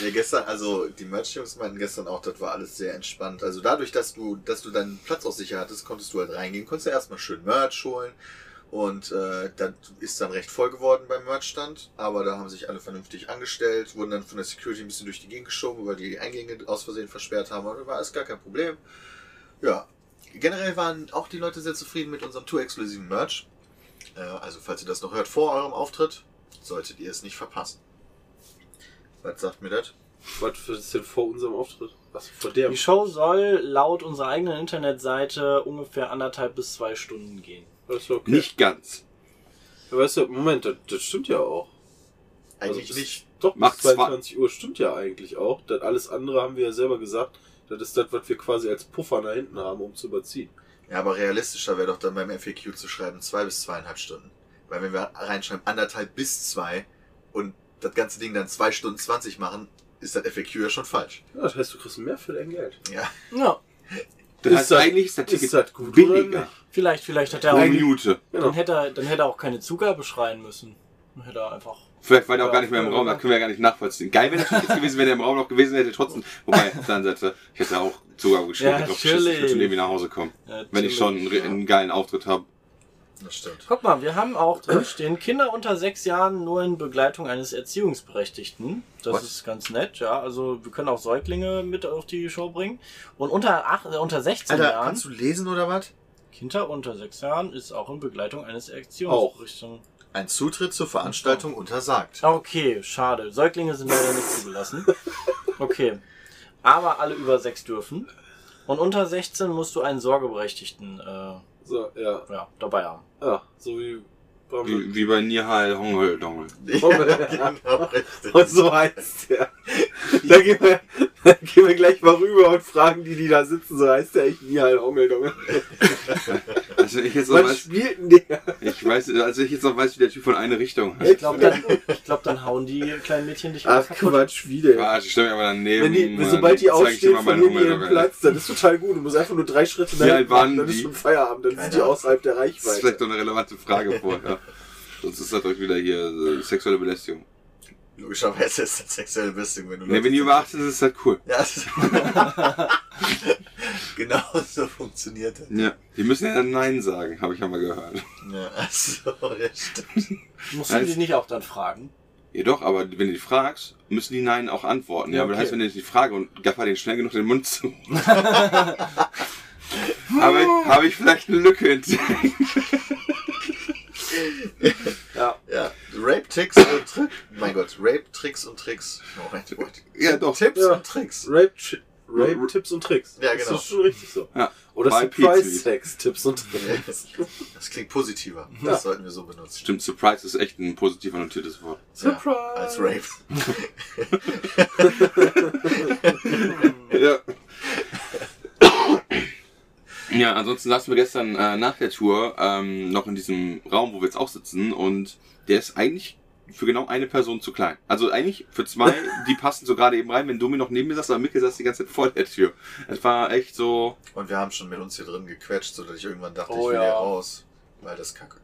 E: Ja, gestern, also die Merch-Jungs meinten gestern auch, das war alles sehr entspannt. Also dadurch, dass du, dass du deinen Platz auch sicher hattest, konntest du halt reingehen, konntest ja erstmal schön Merch holen. Und äh, dann ist dann recht voll geworden beim Merch-Stand, aber da haben sich alle vernünftig angestellt, wurden dann von der Security ein bisschen durch die Gegend geschoben, weil die Eingänge aus Versehen versperrt haben, aber war alles gar kein Problem. Ja, generell waren auch die Leute sehr zufrieden mit unserem Tour-exklusiven Merch. Äh, also falls ihr das noch hört vor eurem Auftritt, solltet ihr es nicht verpassen. Was sagt mir das?
G: Was ist denn vor unserem Auftritt? Was vor der?
F: Die Show soll laut unserer eigenen Internetseite ungefähr anderthalb bis zwei Stunden gehen.
G: Das ist okay.
H: Nicht ganz.
G: Aber weißt du, Moment, das, das stimmt ja auch.
E: Eigentlich
G: bis-
E: nicht.
G: Doch, bis
H: Macht's
G: 22 Uhr stimmt ja eigentlich auch. Das alles andere haben wir ja selber gesagt. Das ist das, was wir quasi als Puffer nach hinten haben, um zu überziehen.
E: Ja, aber realistischer wäre doch dann beim FAQ zu schreiben, zwei bis zweieinhalb Stunden. Weil wenn wir reinschreiben, anderthalb bis zwei und das ganze Ding dann zwei Stunden zwanzig machen, ist das FAQ ja schon falsch.
G: Ja, das heißt, du kriegst mehr für dein Geld.
E: Ja.
F: Ja,
H: Das
G: Ist
H: heißt,
G: das-
H: eigentlich ist der
G: ist
H: Ticket
G: das gut oder
H: billiger.
F: vielleicht, vielleicht hat er auch.
H: Eine Minute.
F: Dann hätte er, dann hätte er auch keine Zugabe schreien müssen. Dann hätte er einfach.
H: Vielleicht war der auch
F: Ja,
H: gar nicht mehr im
F: ja,
H: Raum, das können wir ja gar nicht nachvollziehen. Geil wäre natürlich jetzt gewesen, wenn der im Raum noch gewesen wäre, trotzdem. Wobei, auf der anderen Seite, ich hätte auch Zugabe geschrieben,
F: Ja,
H: ich hätte drauf geschissen, ich würde
F: natürlich.
H: schon irgendwie nach Hause kommen. Wenn ich
F: Natürlich.
H: schon einen, einen geilen Auftritt habe.
E: Das stimmt.
F: Guck mal, wir haben auch drin stehen, Kinder unter sechs Jahren nur in Begleitung eines Erziehungsberechtigten. Das
H: Was?
F: ist ganz nett, ja. Also wir können auch Säuglinge mit auf die Show bringen. Und unter, acht, äh, unter 16
E: Alter,
F: Jahren,
E: kannst du lesen oder was?
F: Kinder unter sechs Jahren ist auch in Begleitung eines Erziehungsberechtigten.
E: Ein Zutritt zur Veranstaltung untersagt.
F: Ah, Okay, schade. Säuglinge sind leider nicht zugelassen. Okay. Aber alle über sechs dürfen. Und unter 16 musst du einen Sorgeberechtigten äh,
G: So, ja.
F: ja, dabei haben.
G: Ja, so wie
H: Wie, wie bei Nihal Hongel Dongel.
E: genau, richtig.
G: Und so heißt der. Da gehen, wir, da gehen wir gleich mal rüber und fragen die, die da sitzen. So heißt der echt Oh, Nihal Hongeldonge.
H: Also ich jetzt noch
G: Man
H: weiß,
G: spielt denn der?
H: ich weiß, also ich jetzt noch weiß, wie der Typ von eine Richtung heißt.
F: Ich glaube, dann, ich glaub, dann hauen die kleinen Mädchen dich
G: Ach Quatsch, wieder.
H: Ah, ich stelle mich aber daneben.
G: Wenn die,
H: äh,
G: sobald die
H: zeig ich dir
G: aufstehen,
H: mal meine
G: verlieren die ihren
H: Hongeldonge.
G: Platz, dann ist total gut. Du musst einfach nur drei Schritte
H: Wie alt waren
G: dann ist
H: die?
G: schon Feierabend, dann sind die
E: Ahnung.
G: außerhalb der
H: Das ist vielleicht
G: Reichweite.
H: doch eine relevante Frage vorher. Sonst ist das doch wieder hier äh, sexuelle Belästigung.
E: Logischerweise ist das sexuelle Belästigung, wenn du
H: Ne, wenn ihr über 18 ist, ist das cool.
E: Ja, das ist- genau so funktioniert das.
H: Ja. Die müssen ja dann Nein sagen, habe ich ja mal gehört.
E: Ja, also, ja, stimmt.
F: Musst du
H: Als-
F: die nicht auch dann fragen?
H: Ja doch, aber wenn du die fragst, müssen die Nein auch antworten. Ja, aber das
F: Okay.
H: heißt, wenn du die Frage und Gaffer den schnell genug den Mund zu. aber habe ich vielleicht eine Lücke entdeckt?
E: ja. Rape-Tricks und Tricks. Mein Gott, Rape-Tricks und Tricks. Oh mein Gott.
H: Ja doch.
E: Tipps
G: Ja.
E: und Tricks.
G: Rape, Chi- Rape Tipps und Tricks.
E: Ja,
G: Das
E: genau.
G: ist schon richtig so.
H: Ja.
G: Oder
H: Bei
G: Surprise
H: Pizza.
G: Sex Tipps und Tricks.
E: Das klingt positiver. Das sollten wir so benutzen.
H: Stimmt, Surprise ist echt ein positiv annotiertes Wort.
E: Ja, als Rape.
H: Ja. Ja, ansonsten saßen wir gestern äh, nach der Tour ähm, noch in diesem Raum, wo wir jetzt auch sitzen und der ist eigentlich für genau eine Person zu klein. Also eigentlich für zwei, die passen so gerade eben rein, wenn Domi noch neben mir saß, aber Mikkel saß die ganze Zeit vor der Tür. Das war echt so,
E: Und wir haben schon mit uns hier drin gequetscht, sodass ich irgendwann dachte, ich
F: Oh,
E: will
F: ja.
E: hier raus. Weil das ist kacke.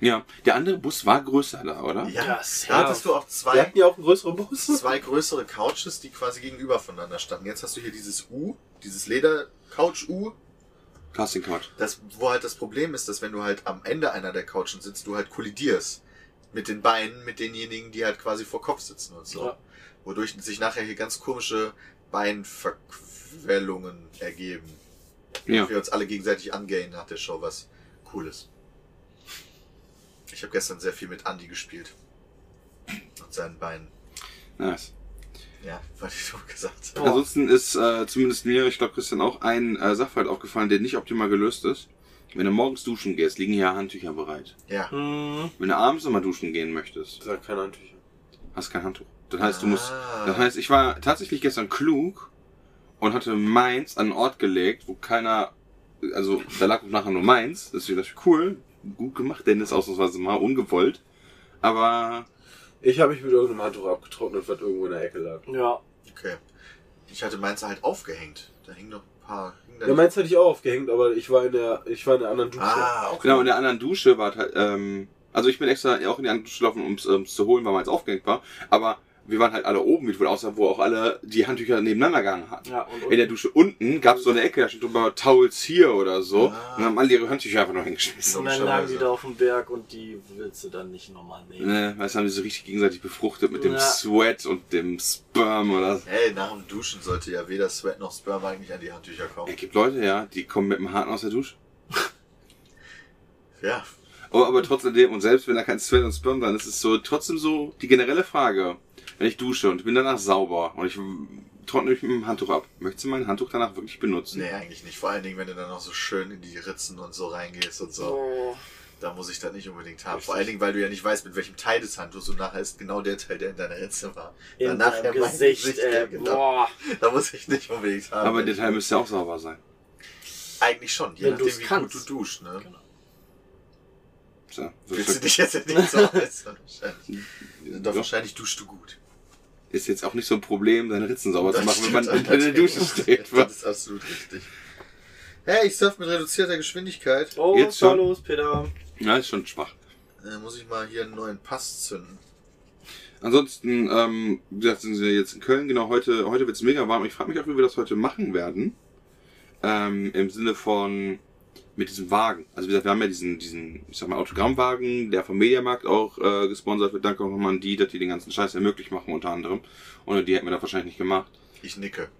H: ja. Der andere Bus war größer da, oder?
E: Ja,
F: Ja,
E: da
F: sehr.
E: hattest du auch
G: Wir
E: zwei,
G: hatten ja auch einen größeren Bus.
E: zwei größere Couches, die quasi gegenüber voneinander standen. Jetzt hast du hier dieses U, dieses Leder-Couch-U,
H: Casting Couch.
E: Das, wo halt das Problem ist, dass wenn du halt am Ende einer der Couchen sitzt, du halt kollidierst mit den Beinen, mit denjenigen, die halt quasi vor Kopf sitzen und so.
F: Ja.
E: Wodurch sich nachher hier ganz komische Beinverquellungen ergeben.
H: Ja.
E: Und wir uns alle gegenseitig angehen nach der Show, was cool ist. Ich habe gestern sehr viel mit Andy gespielt. Und seinen Beinen.
H: Nice.
E: Ja, wollte ich so gesagt. haben.
H: Ansonsten ist äh, zumindest mir, ich glaube Christian auch, ein äh, Sachverhalt aufgefallen, der nicht optimal gelöst ist. Wenn du morgens duschen gehst, liegen hier Handtücher bereit.
E: Ja.
F: Hm,
H: Wenn du abends nochmal duschen gehen möchtest,
G: Da keine Handtücher.
H: hast kein Handtuch. Das heißt, du musst.
E: Ah.
H: Das heißt, ich war tatsächlich gestern klug und hatte meins an einen Ort gelegt, wo keiner. Also, da lag nachher nur meins. Deswegen dachte ich, cool, gut gemacht, Dennis, ausnahmsweise mal ungewollt. Aber
G: Ich habe mich mit irgendeinem Handtuch abgetrocknet, was irgendwo in der Ecke lag.
F: ja.
E: Okay. Ich hatte meins halt aufgehängt. Da hingen noch ein paar. hingen da
G: Ja,
E: nicht-
G: meins hätte ich auch aufgehängt, aber ich war in der, ich war in der anderen Dusche.
E: ah, okay.
H: Genau, in der anderen Dusche war halt, ähm, also ich bin extra auch in die andere Dusche gelaufen, um es ähm, zu holen, weil man jetzt aufgehängt war. Aber wir waren halt alle oben, wie du wohl aussah, wo auch alle die Handtücher nebeneinander gehangen hatten.
F: ja und,
H: In der Dusche unten gab es so eine Ecke, da stand drüber Towels hier oder so.
E: Ah.
H: Und haben alle ihre Handtücher einfach noch hingeschmissen.
F: und dann lagen die da auf dem Berg und die willst du dann nicht nochmal nehmen.
H: Ne, weißt du, haben die so richtig gegenseitig befruchtet mit dem
F: Ja.
H: Sweat und dem Sperm oder so.
E: Hey, nach dem Duschen sollte ja weder Sweat noch Sperm eigentlich an die Handtücher
H: Es
E: kommen.
H: gibt Leute, ja, die kommen mit dem Harten aus der Dusche.
E: Ja,
H: Oh, Aber, aber trotzdem, und selbst wenn da kein Sweat und Sperm dran ist, ist so trotzdem so die generelle Frage. Wenn ich dusche und bin danach sauber und ich trockne mich mit dem Handtuch ab, möchtest du mein Handtuch danach wirklich benutzen?
E: nee, eigentlich nicht. Vor allen Dingen, wenn du dann noch so schön in die Ritzen und so reingehst und so. Da muss ich das nicht unbedingt haben. Vor allen Dingen, weil du ja nicht weißt, mit welchem Teil des Handtuchs und nachher ist genau der Teil, der in deiner Ritze war.
F: In
E: Danach
F: deinem
E: ja mein
F: Gesicht,
E: ja,
F: ey.
E: genau.
F: Boah.
E: Da muss ich nicht unbedingt haben.
H: Aber der Teil müsste ja auch sauber sein.
E: eigentlich schon, je
F: Wenn du's
E: nachdem, wie
F: kannst.
E: gut du duschst. Ne? Genau.
H: So,
E: Willst du dich jetzt ja nicht so äußern? Wahrscheinlich. Doch
H: doch,
E: wahrscheinlich duschst du gut.
H: ist jetzt auch nicht so ein Problem, seine Ritzen sauber zu machen, wenn man
E: stimmt
H: unter der Dusche
E: allerdings.
H: steht.
E: Das ist absolut richtig. Hey, ich surf mit reduzierter Geschwindigkeit.
F: Oh,
H: Jetzt
F: Jetzt
H: schon.
F: schon. los, Peter.
H: Ja, ist schon schwach.
E: Äh, muss ich mal hier einen neuen Pass zünden.
H: Ansonsten, ähm, wie gesagt, sind wir jetzt in Köln. Genau, heute, heute wird's mega warm. Ich frage mich auch, wie wir das heute machen werden. Ähm, Im Sinne von, mit diesem Wagen. Also wie gesagt, wir haben ja diesen, diesen, ich sag mal, Autogrammwagen, der vom Mediamarkt auch äh, gesponsert wird. Danke auch nochmal an die, dass die den ganzen Scheiß ja möglich machen, unter anderem. Ohne die hätten wir das wahrscheinlich nicht gemacht.
E: Ich nicke.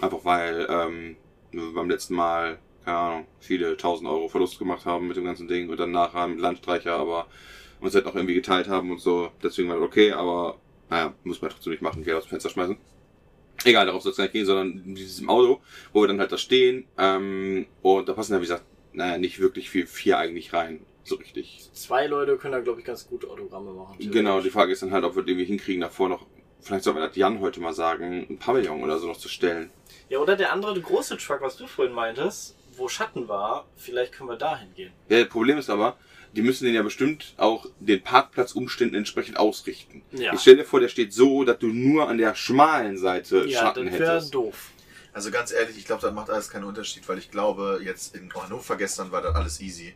H: Einfach weil ähm, wir beim letzten Mal, keine Ahnung, viele tausend Euro Verlust gemacht haben mit dem ganzen Ding und dann nachher mit Landstreicher, aber uns halt auch irgendwie geteilt haben und so. Deswegen war das okay, aber naja, muss man trotzdem nicht machen, Geld aus dem Fenster schmeißen. Egal, darauf soll es gar nicht gehen, sondern in diesem Auto, wo wir dann halt da stehen. Ähm, und da passen ja, wie gesagt, naja, nicht wirklich viel vier eigentlich rein. So richtig.
F: Zwei Leute können da, glaube ich, ganz gut Autogramme machen.
H: Genau, die Frage ist dann halt, ob wir die irgendwie hinkriegen, davor noch, vielleicht sollten wir das Jan heute mal sagen, ein Pavillon oder so noch zu stellen.
F: Ja, oder der andere der große Truck, was du vorhin meintest, wo Schatten war, vielleicht können wir da hingehen.
H: Ja, das Äh, Problem ist aber, die müssen den ja bestimmt auch den Parkplatzumständen entsprechend ausrichten.
F: Ja.
H: Ich stell dir vor, der steht so, dass du nur an der schmalen Seite
F: Ja,
H: Äh, Schatten
F: das wäre
H: hättest.
F: doof.
E: Also ganz ehrlich, ich glaube, das macht alles keinen Unterschied, weil ich glaube, jetzt in Hannover gestern war das alles easy.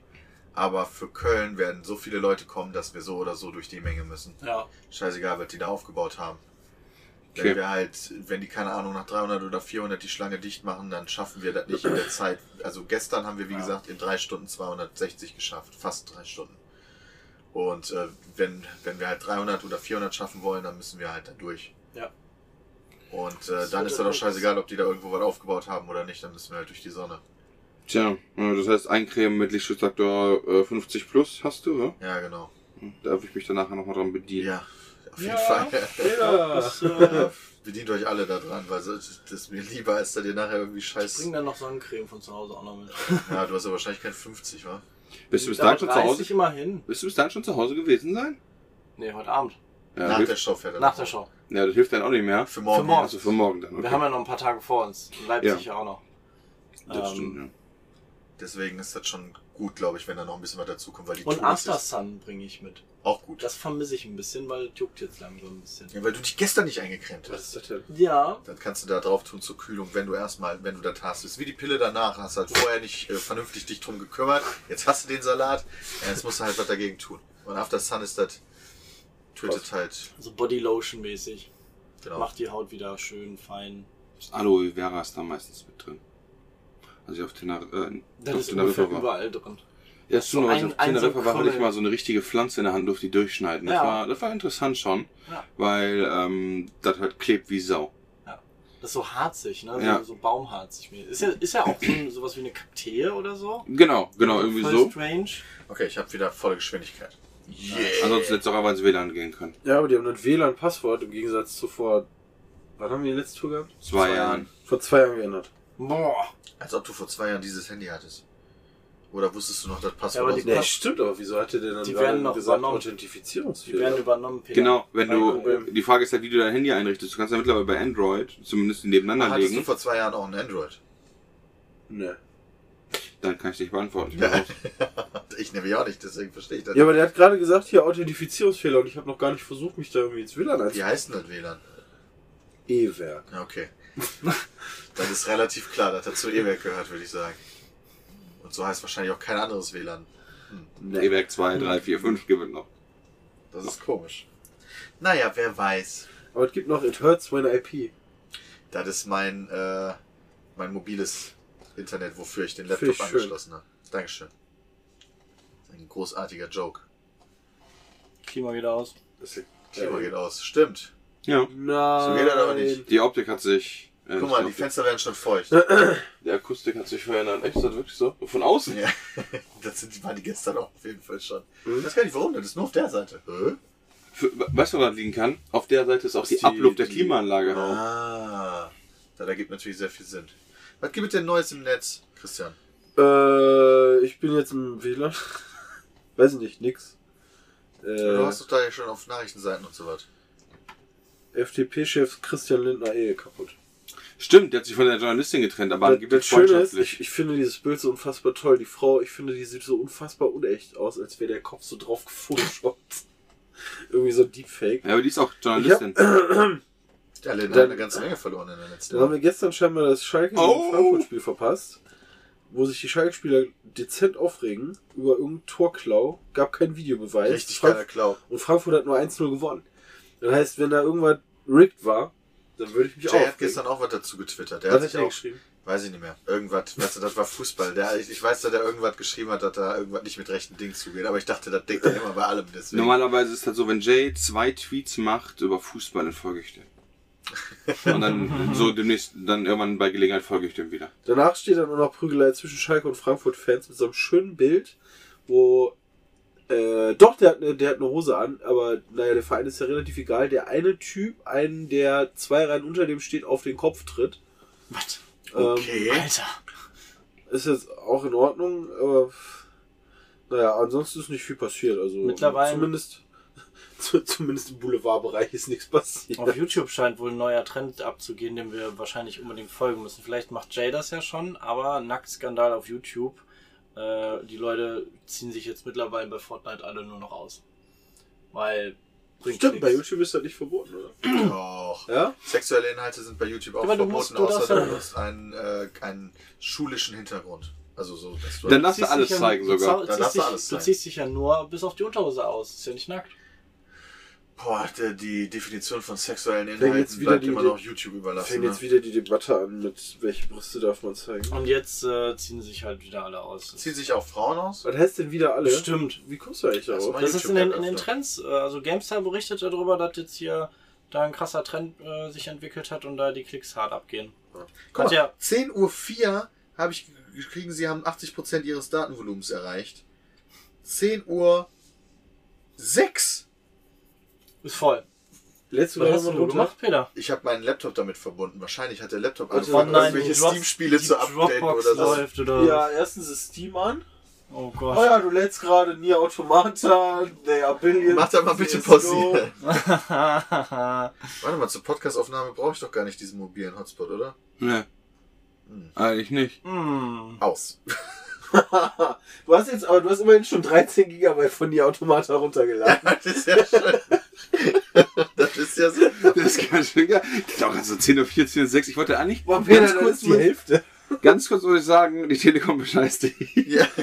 E: Aber für Köln werden so viele Leute kommen, dass wir so oder so durch die Menge müssen.
F: Ja.
E: Scheißegal, was die da aufgebaut haben.
H: Okay.
E: Wenn wir halt, wenn die keine Ahnung nach 300 oder 400 die Schlange dicht machen, dann schaffen wir das nicht in der Zeit. Also gestern haben wir, wie gesagt, in drei Stunden 260 geschafft. Fast drei Stunden. Und äh, wenn, wenn wir halt 300 oder 400 schaffen wollen, dann müssen wir halt da durch.
F: Ja.
E: Und äh,
F: Das
E: dann
F: wird
E: ist das doch
F: irgendwas.
E: scheißegal, ob die da irgendwo was aufgebaut haben oder nicht, dann müssen wir halt durch die Sonne.
H: Tja, ja, das heißt, Eincremen mit Lichtschutzfaktor äh, 50 plus hast du, ja?
E: Ja, genau.
H: Darf ich mich dann nachher nochmal dran bedienen?
E: Ja, auf jeden Fall.
G: Ja.
F: Das, äh,
E: Ja, bedient euch alle da dran, weil so- das ist mir lieber, als da dir nachher irgendwie scheiß.
F: bring dann noch Sonnencreme von zu Hause auch noch mit.
E: Ja, du hast ja wahrscheinlich kein 50, wa?
H: Bist du bis
F: Da
H: dahin schon zu
F: reiß
H: Hause?
F: Ich immer hin.
H: Bist du bis dahin schon zu Hause gewesen sein?
F: Nee, heute Abend.
H: Ja,
E: Nach der
H: hilft,
E: Show fährt er.
F: Nach
E: noch.
F: der Show.
H: ja, das hilft dann auch nicht mehr.
E: Für morgen.
F: Für morgen.
H: Also für morgen dann, okay.
F: Wir haben ja noch ein paar Tage vor uns. In Leipzig ja auch noch.
H: das stimmt,
F: Ähm,
H: ja.
E: Deswegen ist das schon gut, glaube ich, wenn da noch ein bisschen was dazukommt, weil die
F: Und
E: Tour ist
F: After
E: jetzt
F: Sun bringe ich mit.
E: auch gut.
F: Das vermisse ich ein bisschen, weil es juckt jetzt langsam ein bisschen.
E: Ja, weil du dich gestern nicht eingecremt
G: Was
E: hast.
G: ist das denn?
F: Ja,
E: Dann kannst du da drauf tun zur Kühlung, wenn du erstmal, wenn du das hast. Ist wie die Pille danach. Hast halt vorher nicht äh, vernünftig dich drum gekümmert. Jetzt hast du den Salat. Ja, Jetzt musst du halt was dagegen tun. Und After Sun ist das, tötet halt,
F: so Bodylotion-mäßig.
E: genau.
F: Macht die Haut wieder schön fein.
H: Das Aloe Vera ist da meistens mit drin. Also ich auf Teneriffa, äh,
F: Das
H: auf
F: ist ungefähr
H: war.
F: überall drin.
H: Ja, so
F: So
H: nur, weil ich
F: ein-
H: auf
F: ein so
H: Teneriffa war, hatte ich
F: Krümmel.
H: mal so eine richtige Pflanze in der Hand, durfte die durchschneiden. Das,
F: Ja.
H: war, das war interessant schon,
F: Ja.
H: weil ähm, das halt klebt wie Sau.
F: Das ist so harzig, ne? So,
H: Ja.
F: so baumharzig. Ist ja, ist ja auch so, ein- sowas wie eine Kaktee oder so.
H: Genau, genau, irgendwie
F: Voll
H: so.
F: strange.
E: Okay, ich habe wieder volle Geschwindigkeit.
H: Ansonsten hätte es auch einfach ins WLAN gehen können.
G: Ja, aber die haben das WLAN-Passwort im Gegensatz zu vor. Wann haben wir die letzte Tour gehabt?
H: Zwei,
E: Zwei
H: Jahren.
G: Vor zwei Jahren geändert.
F: Boah.
E: Als ob du vor zwei Jahren dieses Handy hattest. Oder wusstest du noch das Passwort?
F: aber
E: aus-
F: die- Ja.
G: stimmt, aber wieso hatte der dann
F: Die
G: gerade
F: werden noch übernommen. Die
G: Authentifizierungsfehler?
F: werden übernommen, Peter.
H: Genau, wenn
F: Kein
H: du,
F: Problem.
H: die Frage ist halt, wie du dein Handy einrichtest. Du kannst ja mittlerweile bei Android, zumindest die nebeneinander
E: Hattest du
H: legen,
E: vor zwei Jahren auch ein Android?
G: Nee.
H: dann kann ich dich beantworten. Ich bin raus.
E: Ich nämlich auch nicht, deswegen verstehe ich das.
G: Ja, aber der hat gerade gesagt, hier Authentifizierungsfehler und ich habe noch gar nicht versucht, mich da irgendwie ins WLAN
E: Wie
G: einzubauen.
E: heißt denn das WLAN?
G: E-Werk.
E: Ja, okay. Dann ist relativ klar, dass er zu E-Werk gehört, würde ich sagen. Und so heißt wahrscheinlich auch kein anderes WLAN.
G: Nee.
H: E-Werk 2, 3, 4, 5 gewinnt noch.
E: Das ist komisch. Naja, wer weiß.
G: Aber es gibt noch It Hurts When IP.
E: Das ist mein, äh, mein mobiles Internet, wofür ich den
G: Finde
E: Laptop
G: ich schön.
E: angeschlossen habe. Dankeschön. Ein großartiger Joke.
F: Klima geht aus.
G: Das ist
E: Klima geht aus. Stimmt.
H: Ja.
G: Nein.
E: genau. So geht das aber nicht.
H: Die Optik hat sich. Äh,
E: Guck mal, die
H: nicht
E: Fenster werden schon feucht.
H: Die Akustik hat sich verändert. Echt, ist das wirklich so? Von außen?
E: Ja, das sind, waren die gestern auch auf jeden Fall schon. Ich weiß gar nicht warum, das ist nur auf der Seite. Hä?
H: Für, weißt du, woran das liegen kann? Auf der Seite ist auch die,
G: die-
H: Abluft der
G: die-
H: Klimaanlage. drauf.
E: Ah, da ergibt natürlich sehr viel Sinn. Was gibt es denn Neues im Netz, Christian?
G: Äh, ich bin jetzt im WLAN. Weiß nicht, nix.
E: Du
G: Äh,
E: hast doch da ja schon auf Nachrichtenseiten und so was.
G: FDP-Chef Christian Lindner Ehe kaputt.
H: Stimmt, der hat sich von der Journalistin getrennt, aber
G: Das,
H: gibt
G: das
H: es
G: Schöne ist, ich,
H: freundschaftlich.
G: ich finde dieses Bild so unfassbar toll. Die Frau, ich finde, die sieht so unfassbar unecht aus, als wäre der Kopf so drauf gefotoshoppt. Irgendwie so ein Deepfake.
H: Ja, aber die ist auch Journalistin.
E: Der Lena hat
G: Dann-
E: eine ganze Menge verloren in der letzten
G: Dann haben
E: Woche.
G: wir gestern scheinbar das Schalke gegen
H: Oh.
G: Frankfurt-Spiel verpasst, wo sich die Schalke-Spieler dezent aufregen über irgendeinen Torklau. Gab keinen Videobeweis.
E: Richtig
G: Frank-
E: geiler Klau.
G: Und Frankfurt hat nur 1-0 gewonnen. Das heißt, wenn da irgendwas rigged war, Dann würde ich mich
E: Jay
G: auch.
E: hat gestern auch was dazu getwittert. Der
G: was
E: hat
G: hat
E: sich
G: er
E: auch,
G: geschrieben?
E: weiß ich nicht mehr, irgendwas, weißt du, das war Fußball. Der, ich, ich weiß, dass er irgendwas geschrieben hat, dass da irgendwas nicht mit rechten Dingen zugeht, aber ich dachte, das denkt er immer bei allem deswegen.
H: Normalerweise ist das so, wenn Jay zwei Tweets macht über Fußball, dann folge ich dem. Und dann so demnächst, dann irgendwann bei Gelegenheit folge ich dem wieder.
G: Danach steht dann nur noch Prügelei zwischen Schalke und Frankfurt-Fans mit so einem schönen Bild, wo. Äh, doch, der hat, eine, der hat eine Hose an, aber naja, der Verein ist ja relativ egal. Der eine Typ, einen, der zwei Reihen unter dem steht, auf den Kopf tritt.
F: Was?
G: Ähm,
E: okay.
F: Alter.
G: ist jetzt auch in Ordnung, aber naja, ansonsten ist nicht viel passiert. Also
F: Mittlerweile-
G: zumindest, zu, zumindest im Boulevardbereich ist nichts passiert.
F: Auf YouTube scheint wohl ein neuer Trend abzugehen, dem wir wahrscheinlich unbedingt folgen müssen. Vielleicht macht Jay das ja schon, aber Nacktskandal auf YouTube. Äh, die Leute ziehen sich jetzt mittlerweile bei Fortnite alle nur noch aus. Weil bringt
G: Stimmt, bei
F: nichts.
G: YouTube ist das nicht verboten, oder?
E: Doch.
G: Ja?
E: Sexuelle Inhalte sind bei YouTube auch
F: Aber du
E: verboten,
F: musst- du darfst
E: außer
F: ja-
E: du hast einen, äh, einen schulischen Hintergrund. Also so, dass du
H: Dann lass dir
F: ziehst
H: alles
F: dich ja-
H: zeigen
F: du
H: sogar.
F: zau-
E: Dann
F: ziehst
E: lass
F: dich,
E: alles
F: du
E: zeigen.
F: ziehst dich ja nur bis auf die Unterhose aus. Ist ja nicht nackt.
E: Boah, der, die Definition von sexuellen
G: jetzt
E: Inhalten
G: wieder
E: bleibt
G: die
E: immer
G: Idee-
E: noch YouTube überlassen.
G: Fängt
E: Ne?
G: jetzt wieder die Debatte an, mit welche Brüste darf man zeigen.
F: Und jetzt äh, ziehen sich halt wieder alle aus. Das
E: Ziehen sich auch Frauen aus?
G: Was heißt denn wieder alle?
F: Stimmt.
G: Wie kommst du eigentlich darauf?
E: Erstmal-
F: Das ist in den, in den
E: YouTube-App
F: Trends. äh, Also GameStar berichtet darüber, dass jetzt hier da ein krasser Trend äh, sich entwickelt hat und da die Klicks hart abgehen.
E: Guck
F: Hat
E: mal,
F: ja-
E: 10.04 Uhr habe ich gekriegen, sie haben 80% ihres Datenvolumens erreicht. 10 Uhr 6.
F: Ist voll.
G: Letzte
F: Was
G: Woche
F: hast du
G: mal
F: denn
G: runter.
F: gemacht, Peter?
E: Ich habe meinen Laptop damit verbunden. Wahrscheinlich hat der Laptop
G: Also
E: angefangen,
G: online
E: irgendwelche
F: die Dropbox-
E: Steam-Spiele
F: die
E: zu updaten
F: Dropbox
E: oder so.
F: läuft oder
G: Ja, erstens ist Steam an.
F: Oh
G: Oh
F: Gott.
G: ja, du lädst gerade Nier Automata, der Billion.
E: Mach da mal bitte
G: CS:GO.
E: pausieren. Warte mal, zur Podcastaufnahme brauche ich doch gar nicht diesen mobilen Hotspot, oder?
H: Ne. Eigentlich Ah, nicht.
F: Hm.
E: Aus.
G: Du hast jetzt, aber du hast immerhin schon 13 Gigabyte von die Automata runtergeladen.
E: Das ist ja schön. das ist ja so.
H: Das ist ganz schön geil. Das ist auch ganz so 10 auf 14, 6. Ich wollte eigentlich
G: Boah, Peter,
H: ganz
G: das
H: kurz,
G: ist die Hälfte.
H: ganz kurz muss ich sagen, die Telekom bescheißt dich.
E: Ja,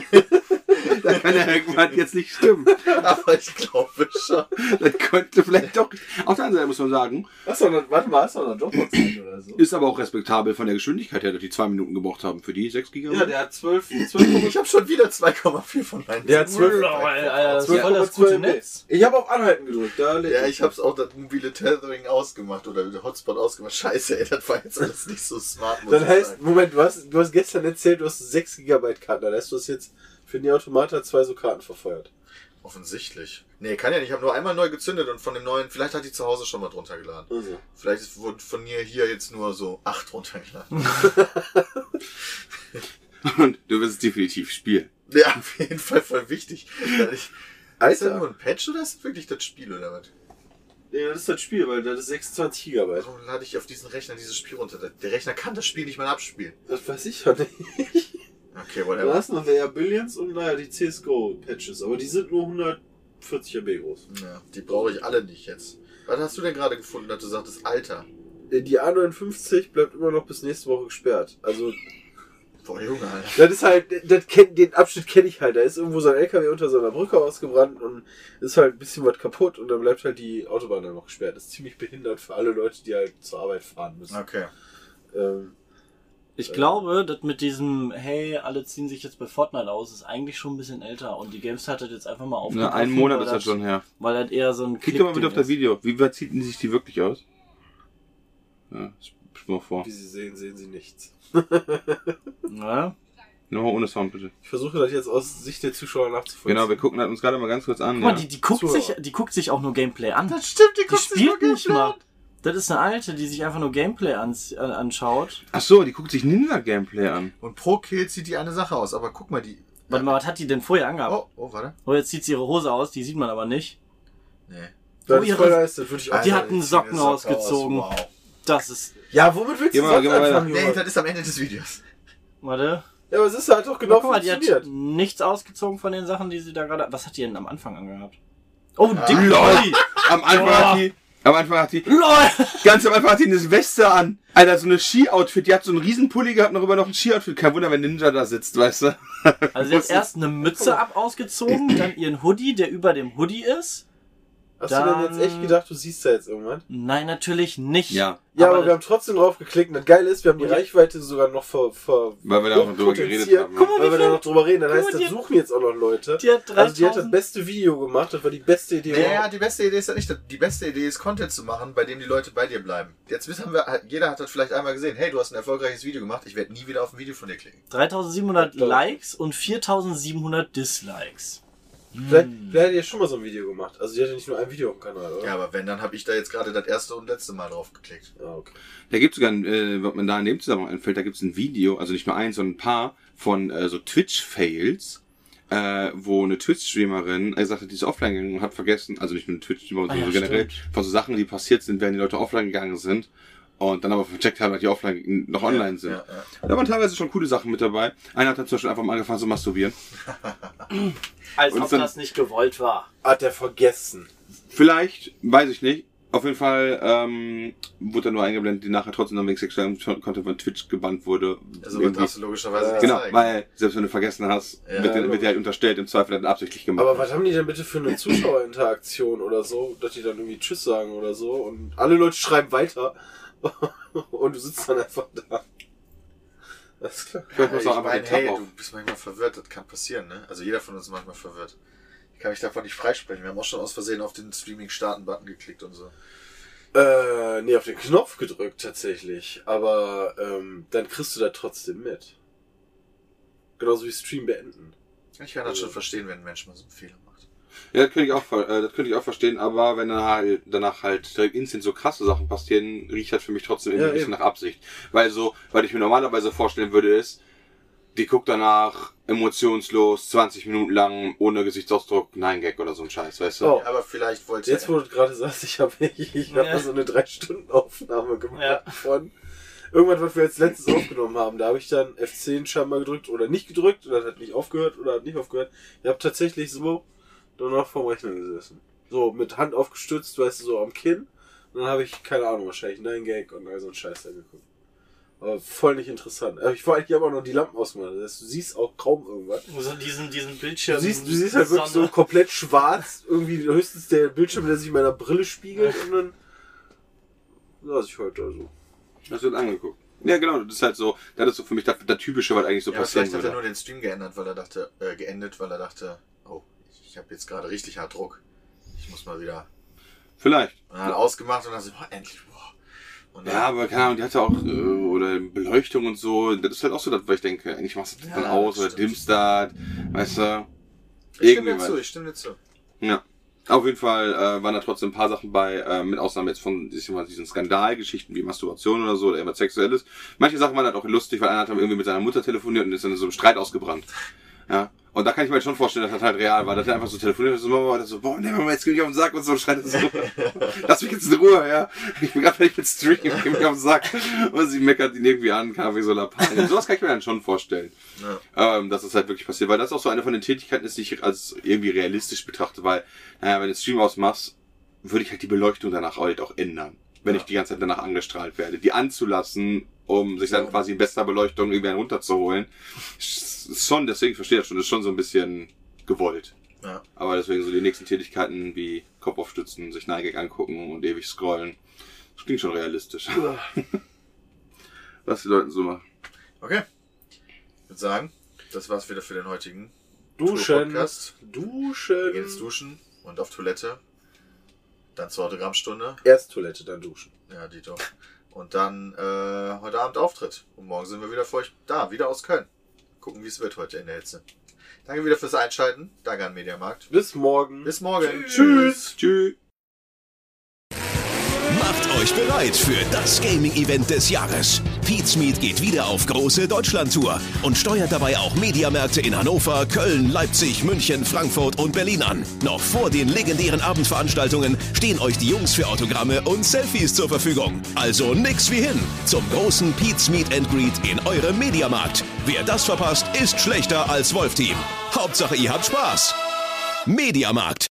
H: Da kann ja irgendwas jetzt nicht stimmen.
E: aber ich glaube schon.
H: Das könnte vielleicht doch. Auf der anderen Seite muss man sagen,
G: Hast du noch, warte mal, hast du noch Dropbox an oder so?
H: ist aber auch respektabel von der Geschwindigkeit her, dass die zwei Minuten gebraucht haben für die 6 Gigabyte.
G: Ja, der hat 12, 12,
E: Ich habe schon wieder 2,4 von meinen.
G: Der hat 12
F: Wow, Alter, das ist voll das
G: 12,2
F: gute
G: MB.
F: Netz.
G: Ich habe auf Anhalten gedrückt. Da lädt
E: Ja,
G: es.
E: ich hab's auch das mobile Tethering ausgemacht oder den Hotspot ausgemacht. Scheiße, ey, das war jetzt alles nicht so smart, muss
G: Dann
E: ich
G: heißt,
E: sagen.
G: Moment, du hast, du hast gestern erzählt, du hast 6 GB Karten. Dann hast du hast jetzt für die Automata zwei so Karten verfeuert.
E: Offensichtlich. Nee, kann ja nicht. Ich habe nur einmal neu gezündet und von dem neuen, vielleicht hat die zu Hause schon mal drunter geladen.
G: Also.
E: Vielleicht ist- wurden von mir hier jetzt nur so acht
G: Hm.
E: runtergeladen.
H: Und du wirst es definitiv spielen.
E: ja, auf jeden Fall voll wichtig. Dass ich, ist das nur
G: Alter,
E: ein Patch oder ist das wirklich das Spiel oder was?
G: nee, das ist das Spiel, weil das ist 26 GB.
E: Warum lade ich auf diesen Rechner dieses Spiel runter? Der Rechner kann das Spiel nicht mal abspielen.
G: Das weiß ich ja nicht.
E: Okay,
G: Da
E: whatever.
G: hast du noch der Billions und naja, die CSGO-Patches, aber die sind nur 140 MB groß.
E: Ja, die brauche ich alle nicht jetzt. Was hast du denn gerade gefunden, dass du sagtest, Alter?
G: Die A59 bleibt immer noch bis nächste Woche gesperrt. Also,
E: Boah, Junge, Alter.
G: das ist halt, das kenn, den Abschnitt kenne ich halt. Da ist irgendwo so ein LKW unter so einer Brücke ausgebrannt und ist halt ein bisschen was kaputt und dann bleibt halt die Autobahn dann noch gesperrt. Das ist ziemlich behindert für alle Leute, die halt zur Arbeit fahren müssen.
E: Okay.
G: Ähm,
F: Ich glaube, das mit diesem, hey, alle ziehen sich jetzt bei Fortnite aus, ist eigentlich schon ein bisschen älter. Und die GameStar hat das jetzt einfach mal
H: Na,
F: aufgegriffen.
H: einen Monat
F: weil
H: ist das schon her.
F: Weil das eher so ein
H: Klick doch mal
F: Klickding
H: bitte auf das
F: ist.
H: Video. Wie weit zieht denn sich die wirklich aus? Ja, spiel mal vor.
G: wie Sie sehen, sehen Sie nichts.
F: Ja?
H: Nochmal ohne Sound bitte.
G: Ich versuche das jetzt aus Sicht der Zuschauer nachzuvollziehen.
H: Genau, wir gucken das uns gerade mal ganz kurz an.
F: Guck mal,
H: ja.
F: die, die, guckt
G: Zuhörer.
F: sich, die guckt sich auch nur Gameplay an.
E: Das stimmt, die
F: Die
E: guckt sich
F: spielt
E: wirklich
F: nicht mal. Das ist eine alte, die sich einfach nur Gameplay ans, an, anschaut.
H: Ach so, die guckt sich Ninja Gameplay an.
E: Und pro Kill sieht die eine Sache aus, aber guck mal die.
F: Warte mal, was hat die denn vorher angehabt?
E: Oh, oh, warte.
F: Oh, jetzt zieht sie ihre Hose aus, die sieht man aber nicht.
E: Nee.
G: Das,
F: Oh,
G: ist
F: ihre-
G: voll nice, das würde ich auch
F: Die
E: Alter,
F: hat einen
E: ich zieh
F: Socken
E: eine Socke
F: ausgezogen.
E: Aus. Wow.
F: Das ist.
G: Ja, womit willst
H: Geh
G: du
H: mal-
G: sonst
H: geh mal weiter.
G: anfangen,
E: Nee,
G: Junge?
E: das ist am Ende des Videos.
F: Warte.
G: Ja, aber es ist halt doch genau
F: Guck mal, die hat
G: funktioniert.
F: nichts ausgezogen von den Sachen, die sie da gerade. Was hat die denn am Anfang angehabt? Oh, ein dick
H: LOL! Am Anfang hat die. Am Anfang hat die.
F: LOL!
H: Ganz am Anfang hat die eine Weste an. Alter, so eine Ski-Outfit. Die hat so einen riesen Pulli gehabt, darüber noch ein Ski-Outfit. Kein Wunder, wenn Ninja da sitzt, weißt du?
F: Also, sie hat erst eine Mütze ab ausgezogen, dann ihren Hoodie, der über dem Hoodie ist.
G: Hast
F: Dann-
G: du denn jetzt echt gedacht, du siehst da jetzt irgendwann?
F: Nein, natürlich nicht.
H: Ja,
G: Ja, aber,
F: Aber
G: wir
F: das-
G: haben trotzdem drauf geklickt. Und das Geile ist, wir haben die
F: Ja.
G: Reichweite sogar noch ver, ver
H: weil wir da auch drüber
G: hochpotenziert.
H: geredet haben. ne?
F: Guck mal,
G: Weil wir
F: wie
G: da
F: viel.
G: noch drüber reden. Dann
F: Guck
G: heißt,
F: mal,
G: das
F: die-
G: suchen jetzt auch noch Leute.
F: Die hat
G: also die hat das
F: 3000
G: beste Video gemacht. Das war die beste Idee.
E: Ja, ja,
G: überhaupt.
E: die beste Idee ist ja nicht. Die beste Idee ist, Content zu machen, bei dem die Leute bei dir bleiben. Jetzt wissen wir, halt, jeder hat das vielleicht einmal gesehen. Hey, du hast ein erfolgreiches Video gemacht. Ich werde nie wieder auf ein Video von dir klicken.
F: 3700
G: Doch.
F: Likes und 4700 Dislikes.
G: Vielleicht, vielleicht hat die ja schon mal so ein Video gemacht. Also die hatte nicht nur ein Video auf dem Kanal, oder?
E: Ja, aber wenn, dann habe ich da jetzt gerade das erste und letzte Mal drauf geklickt.
G: Ah, okay.
H: Da gibt es sogar, ein, äh, was mir da in dem Zusammenhang einfällt, da gibt es ein Video, also nicht nur eins, sondern ein paar von äh, so Twitch-Fails, äh, wo eine Twitch-Streamerin äh, sagte, die ist offline gegangen und hat vergessen, also nicht nur eine Twitch-Streamerin,
F: Ah,
H: sondern
F: ja,
H: so generell,
F: stimmt.
H: von so Sachen, die passiert sind, während die Leute offline gegangen sind und dann aber vercheckt haben, dass die offline noch online sind.
E: Ja, ja.
H: Da waren teilweise schon coole Sachen mit dabei. Einer hat dann zum Beispiel einfach mal angefangen zu masturbieren.
F: Als
H: Und
F: ob
H: dann-
F: das nicht gewollt war.
G: Hat er vergessen.
H: Vielleicht, weiß ich nicht. Auf jeden Fall ähm, wurde dann nur eingeblendet, die nachher trotzdem noch wegen sexuellem Content von Twitch gebannt wurde.
E: Also
H: Irgendwie-
E: was darfst du logischerweise nicht
H: Genau,
E: zeigen.
H: weil selbst wenn du vergessen hast,
E: Ja,
H: wird, dir,
G: logisch.
H: wird dir halt unterstellt, im Zweifel dann absichtlich gemacht.
G: Aber was haben die denn bitte für eine Zuschauerinteraktion oder so, dass die dann irgendwie Tschüss sagen oder so und alle Leute schreiben weiter und du sitzt dann einfach da. Alles klar.
H: Vielleicht
E: Ja,
H: muss
E: ich
H: auch einfach
E: meine,
H: den Tab
E: hey,
H: auf.
E: du bist manchmal verwirrt, das kann passieren, ne? Also jeder von uns ist manchmal verwirrt. Ich kann mich davon nicht freisprechen. Wir haben auch schon aus Versehen auf den Streaming-Starten-Button geklickt und so.
G: Äh, nee, auf den Knopf gedrückt tatsächlich. Aber ähm, dann kriegst du da trotzdem mit. Genauso wie Stream beenden.
E: Ich
H: Also
E: kann das schon verstehen, wenn ein Mensch mal so einen Fehler macht.
H: Ja, das könnte ich auch, ver- äh, das könnte ich auch verstehen, aber wenn dann halt, danach halt direkt instant so krasse Sachen passieren, riecht halt für mich trotzdem irgendwie
G: Ja,
H: ein bisschen
G: eben.
H: nach Absicht. Weil so, weil ich mir normalerweise vorstellen würde, ist, die guckt danach emotionslos, 20 Minuten lang, ohne Gesichtsausdruck, nein Gag oder so ein Scheiß, weißt du?
G: Oh.
E: Aber vielleicht wollte
G: Jetzt, wo du gerade sagst, ich habe ich hab
F: Ja.
G: so eine drei stunden aufnahme gemacht
F: Ja.
G: von irgendwas, was wir als letztes aufgenommen haben. Da habe ich dann F10 scheinbar gedrückt oder nicht gedrückt oder hat nicht aufgehört oder hat nicht aufgehört. Ich habe tatsächlich so danach vorm Rechner gesessen. So mit Hand aufgestützt, weißt du, so am Kinn. Und dann habe ich, keine Ahnung, wahrscheinlich Nein Gag und all so einen Scheiß angeguckt. Aber voll nicht interessant. Aber ich wollte eigentlich aber noch die Lampen ausmachen. Das heißt, du siehst auch kaum irgendwas.
F: So diesen, diesen Bildschirm.
G: Du siehst, du siehst halt wirklich so
F: Sonne.
G: komplett schwarz, irgendwie höchstens der Bildschirm, der sich in meiner Brille spiegelt und dann saß ich heute also.
H: Das wird angeguckt. Ja, genau, das ist halt so, das ist so für mich das, das Typische, was eigentlich so
E: ja, aber
H: passieren
E: vielleicht hat er
H: würde.
E: nur den Stream geändert, weil er dachte, äh, geendet, weil er dachte, oh, ich habe jetzt gerade richtig hart Druck. Ich muss mal wieder.
H: Vielleicht.
E: Und dann hat er ausgemacht und dann so, boah, endlich, boah. Und dann,
H: Ja, aber keine Ahnung, die hatte auch, äh, oder Beleuchtung und so, das ist halt auch so das, was ich denke, eigentlich machst du das
E: Ja,
H: dann aus,
E: das
H: oder
E: stimmt.
H: dimmst da, weißt du,
E: ich stimme dir
H: was.
E: zu, ich stimme dir zu.
H: Ja. Auf jeden Fall äh, waren da trotzdem ein paar Sachen bei, äh, mit Ausnahme jetzt von ich sag mal, diesen Skandalgeschichten wie Masturbation oder so, oder irgendwas Sexuelles. Manche Sachen waren halt auch lustig, weil einer hat dann irgendwie mit seiner Mutter telefoniert und ist dann in so einem Streit ausgebrannt. Ja. Und da kann ich mir halt schon vorstellen, dass das halt real war, dass er einfach so telefoniert hat, so Mama, und dann so, boah, nee, Mama, jetzt geh mich auf den Sack und so, und schreit so, lass mich jetzt in Ruhe, ja. Ich bin gerade fertig mit Stream, geh mich auf den Sack. Und sie meckert ihn irgendwie an, kam wie so Lappalien. Sowas kann ich mir dann schon vorstellen. Ähm, dass das halt wirklich passiert, weil das auch so eine von den Tätigkeiten ist, die ich als irgendwie realistisch betrachte, weil, naja, wenn du Stream ausmachst, würde ich halt die Beleuchtung danach halt auch ändern. Wenn
E: Ja.
H: ich die ganze Zeit danach angestrahlt werde. Die anzulassen, um sich dann
E: Ja.
H: quasi in bester Beleuchtung irgendwie einen runterzuholen. Ist Schon, deswegen verstehe ich das schon, ist schon so ein bisschen gewollt.
E: Ja.
H: Aber deswegen so die nächsten Tätigkeiten wie Kopf aufstützen, sich Neigek angucken und ewig scrollen. Das klingt schon realistisch. Was die Leute so machen.
E: Okay. Ich würde sagen, das war's wieder für den heutigen
G: Duschen.
E: Podcast. Wir gehen jetzt
G: Duschen.
E: duschen und auf Toilette. Dann zur Autogrammstunde.
G: Erst Toilette, dann duschen.
E: Ja, Dito. Und dann äh, heute Abend Auftritt. Und morgen sind wir wieder für euch da, wieder aus Köln. Gucken, wie es wird heute in der Hitze. Danke wieder fürs Einschalten. Danke an Mediamarkt.
G: Bis morgen.
E: Bis morgen.
H: Tschüss. Tschüss.
D: Macht euch bereit für das Gaming-Event des Jahres. Pete's Meet geht wieder auf große Deutschlandtour und steuert dabei auch Mediamärkte in Hannover, Köln, Leipzig, München, Frankfurt und Berlin an. Noch vor den legendären Abendveranstaltungen stehen euch die Jungs für Autogramme und Selfies zur Verfügung. Also nix wie hin zum großen Pete's Meet and Greet in eurem Mediamarkt. Wer das verpasst, ist schlechter als Wolf-Team. Hauptsache ihr habt Spaß. Mediamarkt.